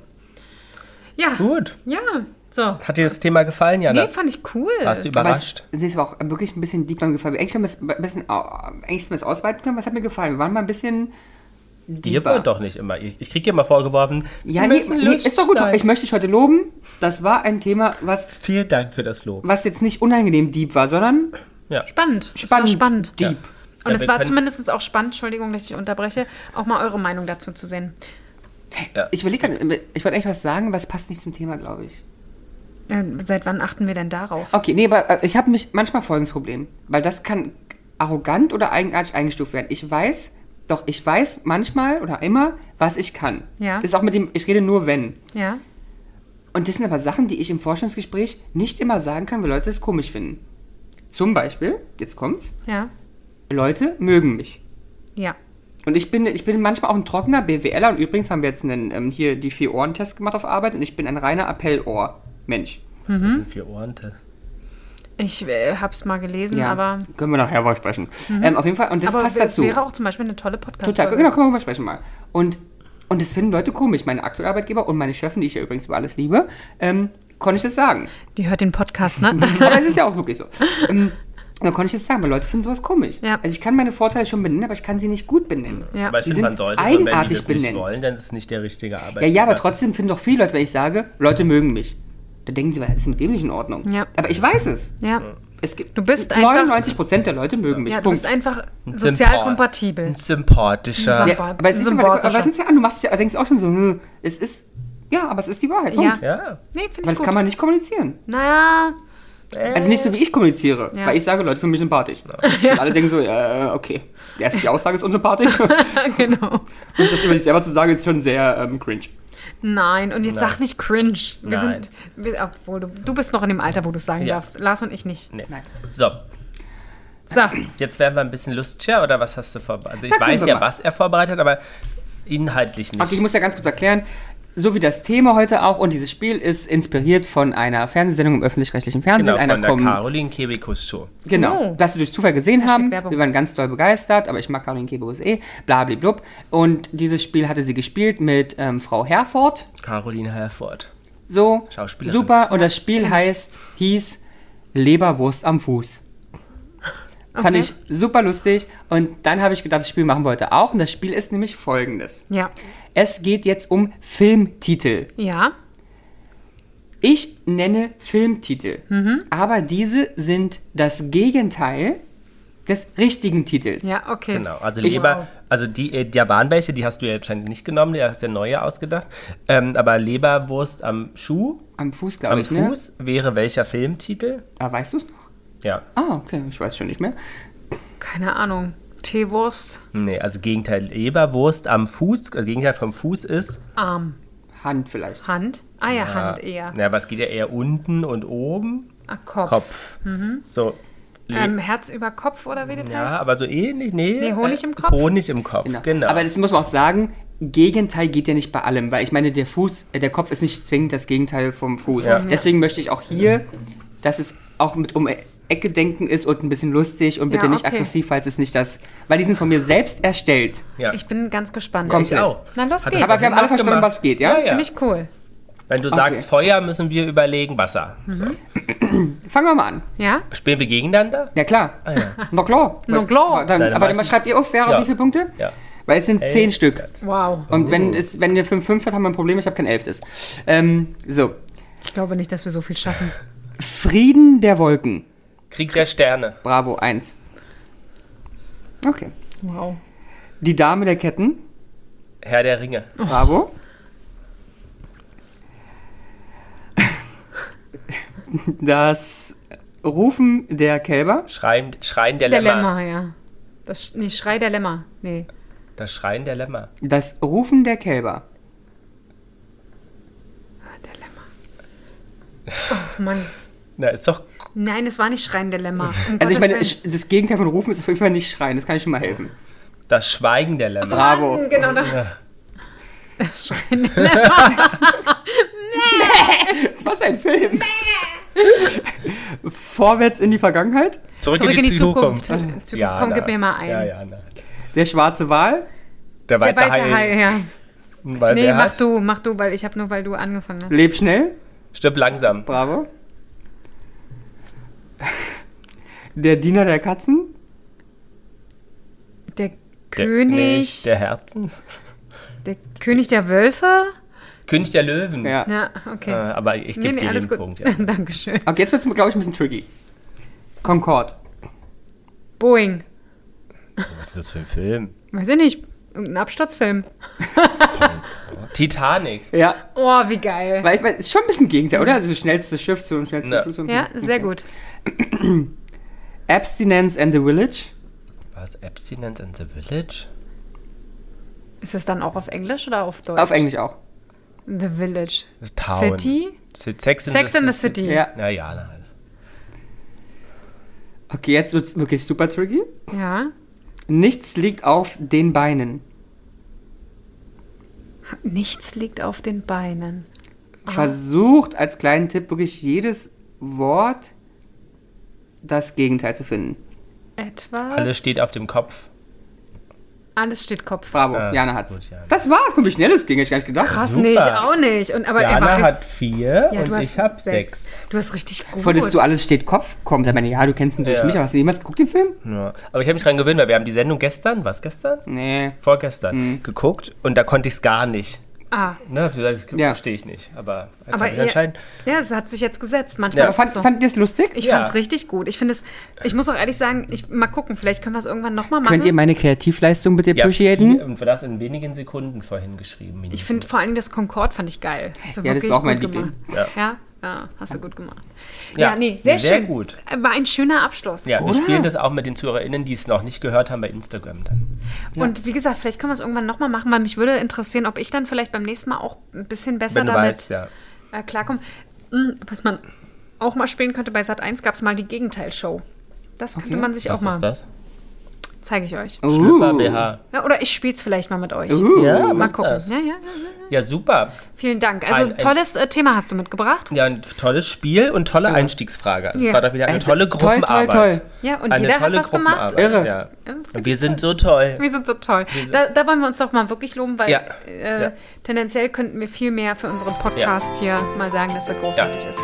Ja,
Gut.
so.
Hat dir das Thema gefallen, Jana?
Nee, fand ich cool.
Warst du
Aber
überrascht?
es, nee, es war auch wirklich ein bisschen deep down gefallen. Eigentlich hätten wir es ein bisschen, au- eigentlich hätten wir es ausweiten können, was hat mir gefallen. Wir waren mal ein bisschen.
Dir
deeper.
wird doch nicht immer. Ich, ich kriege immer vorgeworfen,
Ja,
wir
nee,
müssen
nee,
lustig
ist doch gut.
sein.
Ich möchte dich heute loben. Das war ein Thema, was,
Vielen Dank für das Lob.
was jetzt nicht unangenehm deep war, sondern
Ja.
Spannend. Es war
spannend.
spannend.
Deep.
Und
Ja,
es
wir
war
können-
zumindest auch spannend, Entschuldigung, dass ich unterbreche, auch mal eure Meinung dazu zu sehen.
Ich überlege gerade, ich wollte eigentlich was sagen, was passt nicht zum Thema, glaube ich.
Ähm, seit wann achten wir denn darauf?
Okay, nee, aber äh, ich habe mich manchmal folgendes Problem, weil das kann arrogant oder eigenartig eingestuft werden. Ich weiß, doch ich weiß manchmal oder immer, was ich kann.
Ja.
Das ist auch mit dem, ich rede nur wenn.
Ja.
Und das sind aber Sachen, die ich im Forschungsgespräch nicht immer sagen kann, weil Leute das komisch finden. Zum Beispiel, jetzt kommt's,
Ja.
Leute mögen mich.
Ja.
Und ich bin, ich bin manchmal auch ein trockener BWLer und übrigens haben wir jetzt einen, ähm, hier die Vier-Ohren-Test gemacht auf Arbeit und ich bin ein reiner Appellohr-Mensch.
Das
Mhm.
sind vier Ohren.
Ich äh, hab's mal gelesen,
Ja,
aber. Mhm.
können wir nachher mal sprechen. Ähm, auf jeden Fall, und das
aber
passt
es
dazu.
wäre auch zum Beispiel eine tolle podcast
Total, genau, können wir mal sprechen mal. Und, und das finden Leute komisch. Meine aktuelle Arbeitgeber und meine Chefin, die ich ja übrigens über alles liebe, ähm, konnte ich das sagen.
Die hört den Podcast, ne?
Aber es ist ja auch wirklich so. Ähm, dann konnte ich das sagen, weil Leute finden sowas komisch.
Ja.
Also ich kann meine Vorteile schon benennen, aber ich kann sie nicht gut benennen.
Ja.
Aber ich
Die
finde, man
sind
sollte, schon, wenn die das
eigenartig
nicht
benennen.
wollen, dann ist es nicht der richtige
Ja,
Arbeitgeber.
ja, aber trotzdem finden doch viele Leute, wenn ich sage, Leute mögen mich. Da denken sie, was ist mit dem nicht in Ordnung?
Ja.
Aber ich weiß es.
ja.
es gibt
Du bist einfach-
99 Prozent der Leute mögen mich.
Ja, du
Punkt.
bist einfach sozial kompatibel.
Ein sympathischer.
ja, aber es ist aber, aber
sympathischer.
fängst du an, du machst ja, denkst auch schon so, hm, es ist, ja, aber es ist die Wahrheit. Punkt.
Ja.
Ja.
Nee, finde
Weil
ich
das
gut.
kann man nicht kommunizieren.
naja,
Also nicht so, wie ich kommuniziere.
Ja.
Weil ich sage, Leute finden mich sympathisch. Und alle denken so, äh, okay. Erst die Aussage ist unsympathisch. Und
genau.
das über dich selber zu sagen, ist schon sehr ähm, cringe.
Nein, und jetzt
Nein.
sag nicht cringe. Wir
Nein.
sind, wir, obwohl du, du bist noch in dem Alter, wo du es sagen
Ja.
darfst. Lars und ich nicht.
Nee.
Nein.
So,
So,
jetzt werden wir ein bisschen lustiger oder was hast du vorbereitet? Also ich
können
weiß
wir
ja,
mal.
was er vorbereitet hat, aber inhaltlich nicht.
Okay, ich muss ja ganz kurz erklären. So wie das Thema heute auch und dieses Spiel ist inspiriert von einer Fernsehsendung im öffentlich-rechtlichen Fernsehen,
genau,
einer
von der
Com-
Caroline Kebekus Show.
Genau,
Oh.
das wir durch Zufall gesehen haben.
Werbung.
Wir waren ganz doll begeistert, aber ich mag Caroline Kebekus eh, blablablub. Und dieses Spiel hatte sie gespielt mit ähm, Frau Herford.
Caroline Herford.
So,
Schauspielerin.
super. Und das Spiel heißt, hieß Leberwurst am Fuß. Fand
Okay.
ich super lustig. Und dann habe ich gedacht, das Spiel machen wir heute auch. Und das Spiel ist nämlich folgendes.
ja.
Es geht jetzt um Filmtitel.
Ja,
Ich nenne Filmtitel,
Mhm.
aber diese sind das Gegenteil des richtigen Titels.
ja, okay.
Genau, also
Ich-
Leber,
Wow.
also die, äh, da waren welche, die hast du ja anscheinend nicht genommen, die hast ja neue ausgedacht. Ähm, aber Leberwurst am Schuh,
Am Fuß, glaube
am
ich, ne?
Fuß wäre welcher Filmtitel?
Ah, weißt du es noch?
Ja,
Ah, okay, ich weiß schon nicht mehr.
Keine Ahnung. Teewurst,
nee, also Gegenteil Leberwurst am Fuß, also Gegenteil vom Fuß ist.
Arm,
Hand vielleicht.
Hand. Ah ja, Hand
Ja,
eher.
Ja, was geht ja eher unten und oben?
Ah, Kopf. Mhm.
Kopf. So. Le-
Ähm, Herz über Kopf oder wie das
ja,
heißt?
aber so ähnlich, nee. Äh,
Nee, Honig im Kopf?
Honig im Kopf, genau.
Aber das muss man auch sagen, Gegenteil geht ja nicht bei allem, weil ich meine, der Fuß, äh, der Kopf ist nicht zwingend das Gegenteil vom Fuß.
Ja.
Deswegen möchte ich auch hier, dass es auch mit um Ecke denken ist und ein bisschen lustig und bitte
Ja,
nicht
okay.
aggressiv, falls es nicht das, weil die sind von mir selbst erstellt.
ja.
Ich bin ganz gespannt.
Komm.
ich auch.
Na, los
Hat
geht's.
er
Aber wir haben alle
gemacht.
verstanden, was geht, ja?
Ja, ja.
Finde ich cool.
Wenn du sagst
Okay.
Feuer, müssen wir überlegen Wasser. So.
Mhm.
Fangen wir mal an.
Ja?
Spielen wir gegeneinander?
Ja klar.
Ah, ja.
Na klar.
Na
Was-
klar.
Aber Dann,
Deine
aber dann
meisten-
schreibt ihr auf, wer
Ja.
hat wie viele Punkte?
Ja. Oh.
Weil es sind zehn Stück.
Wow.
Und wenn, es, wenn ihr 5-5 hat, haben wir ein Problem, ich habe kein Elftes. Ähm, so.
Ich glaube nicht, dass wir so viel schaffen.
Frieden der Wolken.
Krieg der Sterne.
Bravo, 1. Okay.
Wow.
Die Dame der Ketten.
Herr der Ringe.
Bravo. Das Rufen der Kälber.
Schreien, Schreien der,
Der
Lämmer.
Lämmer, ja. Das, Sch- nee, Schrei der Lämmer. Nee.
Das Schreien der Lämmer.
Das Rufen der Kälber.
Der Lämmer. Ach Mann.
Na, ist doch.
Nein, es war nicht Schreien der Lämmer.
Also
Um
ich
Gottes
meine,
Willen.
sch- das Gegenteil von Rufen ist auf jeden Fall nicht Schreien. Das kann ich schon mal helfen.
Das Schweigen der Lämmer.
Bravo.
Mann, genau das. Das schreien die Lämmer.
Was ein Film. Vorwärts in die Vergangenheit.
Zurück,
Zurück in die Zukunft. Zukunft,
Ja,
komm,
na.
gib mir mal ein.
Ja, ja, na.
Der schwarze Wal.
Der weiße,
Der weiße Hai,
Hai.
ja.
Weil
Nee,
der
mach
hat-
du, mach du, weil ich habe nur, weil du angefangen hast.
Leb schnell.
Stirb langsam.
Bravo. Der Diener der Katzen.
Der
Der
König, der,
der Herzen.
König der Wölfe?
König der Löwen.
Ja.
Ja,
Äh,
okay.
aber ich gebe
nee, nee,
dir
alles
den
gut.
Punkt. Ja.
Dankeschön.
Okay, jetzt wird's, glaube ich, ein bisschen tricky. Concorde.
Boeing.
Was ist das für ein Film?
Weiß ich nicht. Irgendein Absturzfilm.
Titanic.
Ja,
Oh, wie geil.
weil ich meine, ist schon ein bisschen Gegenteil, oder? Also schnellstes Schiff zum schnellsten
Ja.
Flugzeug.
Ja, sehr gut.
Abstinence and the Village.
Was? Abstinence in the Village?
Ist es dann auch auf Englisch oder auf Deutsch?
Auf Englisch auch.
The Village.
Town.
City?
Se- Sex in
Sex
the
in the City.
Ja.
Naja, na halt.
Okay, jetzt wird's wirklich super tricky.
Ja.
Nichts liegt auf den Beinen.
Nichts liegt auf den Beinen.
Versucht als kleinen Tipp wirklich jedes Wort das Gegenteil zu finden.
Etwas.
Alles steht auf dem Kopf.
Alles steht Kopf.
Bravo,
Ah,
Jana hat's.
gut, Jana.
Das war's. Guck, wie schnell es ging, hätte ich gar nicht gedacht.
Krass,
Super.
nee, ich auch nicht. Und, aber er war
Jana
richtig,
hat vier
ja, du
und
hast
ich hab sechs.
Du hast richtig gut.
Wolltest du alles steht Kopf? Komm, sag mal, ja, du kennst ihn durch
Ja.
mich, aber hast du jemals geguckt den Film?
Ja. Aber ich habe mich dran gewöhnt, weil wir haben die Sendung gestern, was gestern?
Nee.
Vorgestern
Mhm.
geguckt und da konnte ich es gar nicht.
ah,
Ne, vielleicht
Ja.
verstehe ich nicht, aber jetzt
aber
hab ich
ihr,
anscheinend.
ja, es hat sich jetzt gesetzt. Manchmal
Ja.
ist
Fand,
es so.
Fandet ihr es lustig?
ich
Ja.
fand's richtig gut. Ich finde es, ich muss auch ehrlich sagen, ich, mal gucken, vielleicht können wir es irgendwann nochmal machen.
Könnt ihr meine Kreativleistung bitte
Ja,
appreciaten?
viel- und das in wenigen Sekunden vorhin geschrieben. Minuten.
ich finde vor allen Dingen das Concorde fand ich geil. Hast du
Ja, das
wirklich
war auch mein
gut
Liebling.
gemacht. Ja. ja, hast du gut gemacht. Ja,
Ja,
nee, sehr,
sehr
schön.
gut.
War ein schöner Abschluss.
ja, wir
Oder?
spielen das auch mit den ZuhörerInnen, die es noch nicht gehört haben, bei Instagram dann.
Und wie gesagt, vielleicht können wir es irgendwann nochmal machen, weil mich würde interessieren, ob ich dann vielleicht beim nächsten Mal auch ein bisschen besser
Wenn du
damit
weißt, ja.
äh, klarkomme. Hm, Was man auch mal spielen könnte, bei Sat 1 gab es mal die Gegenteilshow. Das könnte
Okay. Oh.
man sich
Was
auch mal.
ist das?
Zeige ich euch.
Schlüpper BH.
Ja, oder ich spiele es vielleicht mal mit euch.
Uh.
Ja,
mal
mach
gucken.
das.
Ja, ja, ja.
Ja, super.
Vielen Dank. Also
Ein- ein-
tolles äh, Thema hast du mitgebracht.
Ja, ein tolles Spiel und tolle Einstiegsfrage. Also
Ja.
Es war doch wieder eine
Also,
tolle
toll, toll,
Gruppenarbeit.
toll.
Ja, und
eine
jeder hat
tolle
was gemacht.
Gruppenarbeit,
Irre.
Ja. Und wir sind so toll.
Wir sind so toll. Da, da wollen wir uns doch mal wirklich loben, weil
Ja.
Äh,
Ja.
tendenziell könnten wir viel mehr für unseren Podcast hier mal sagen, dass er großartig ist.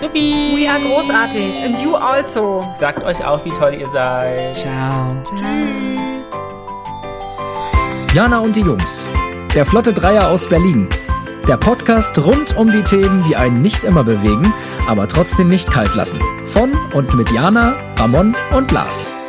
Supi.
We are großartig and you also.
Sagt euch auch, wie toll ihr seid.
Ciao.
Jana und die Jungs. Der Flotte Dreier aus Berlin. Der Podcast rund um die Themen, die einen nicht immer bewegen, aber trotzdem nicht kalt lassen. Von und mit Jana, Ramon und Lars.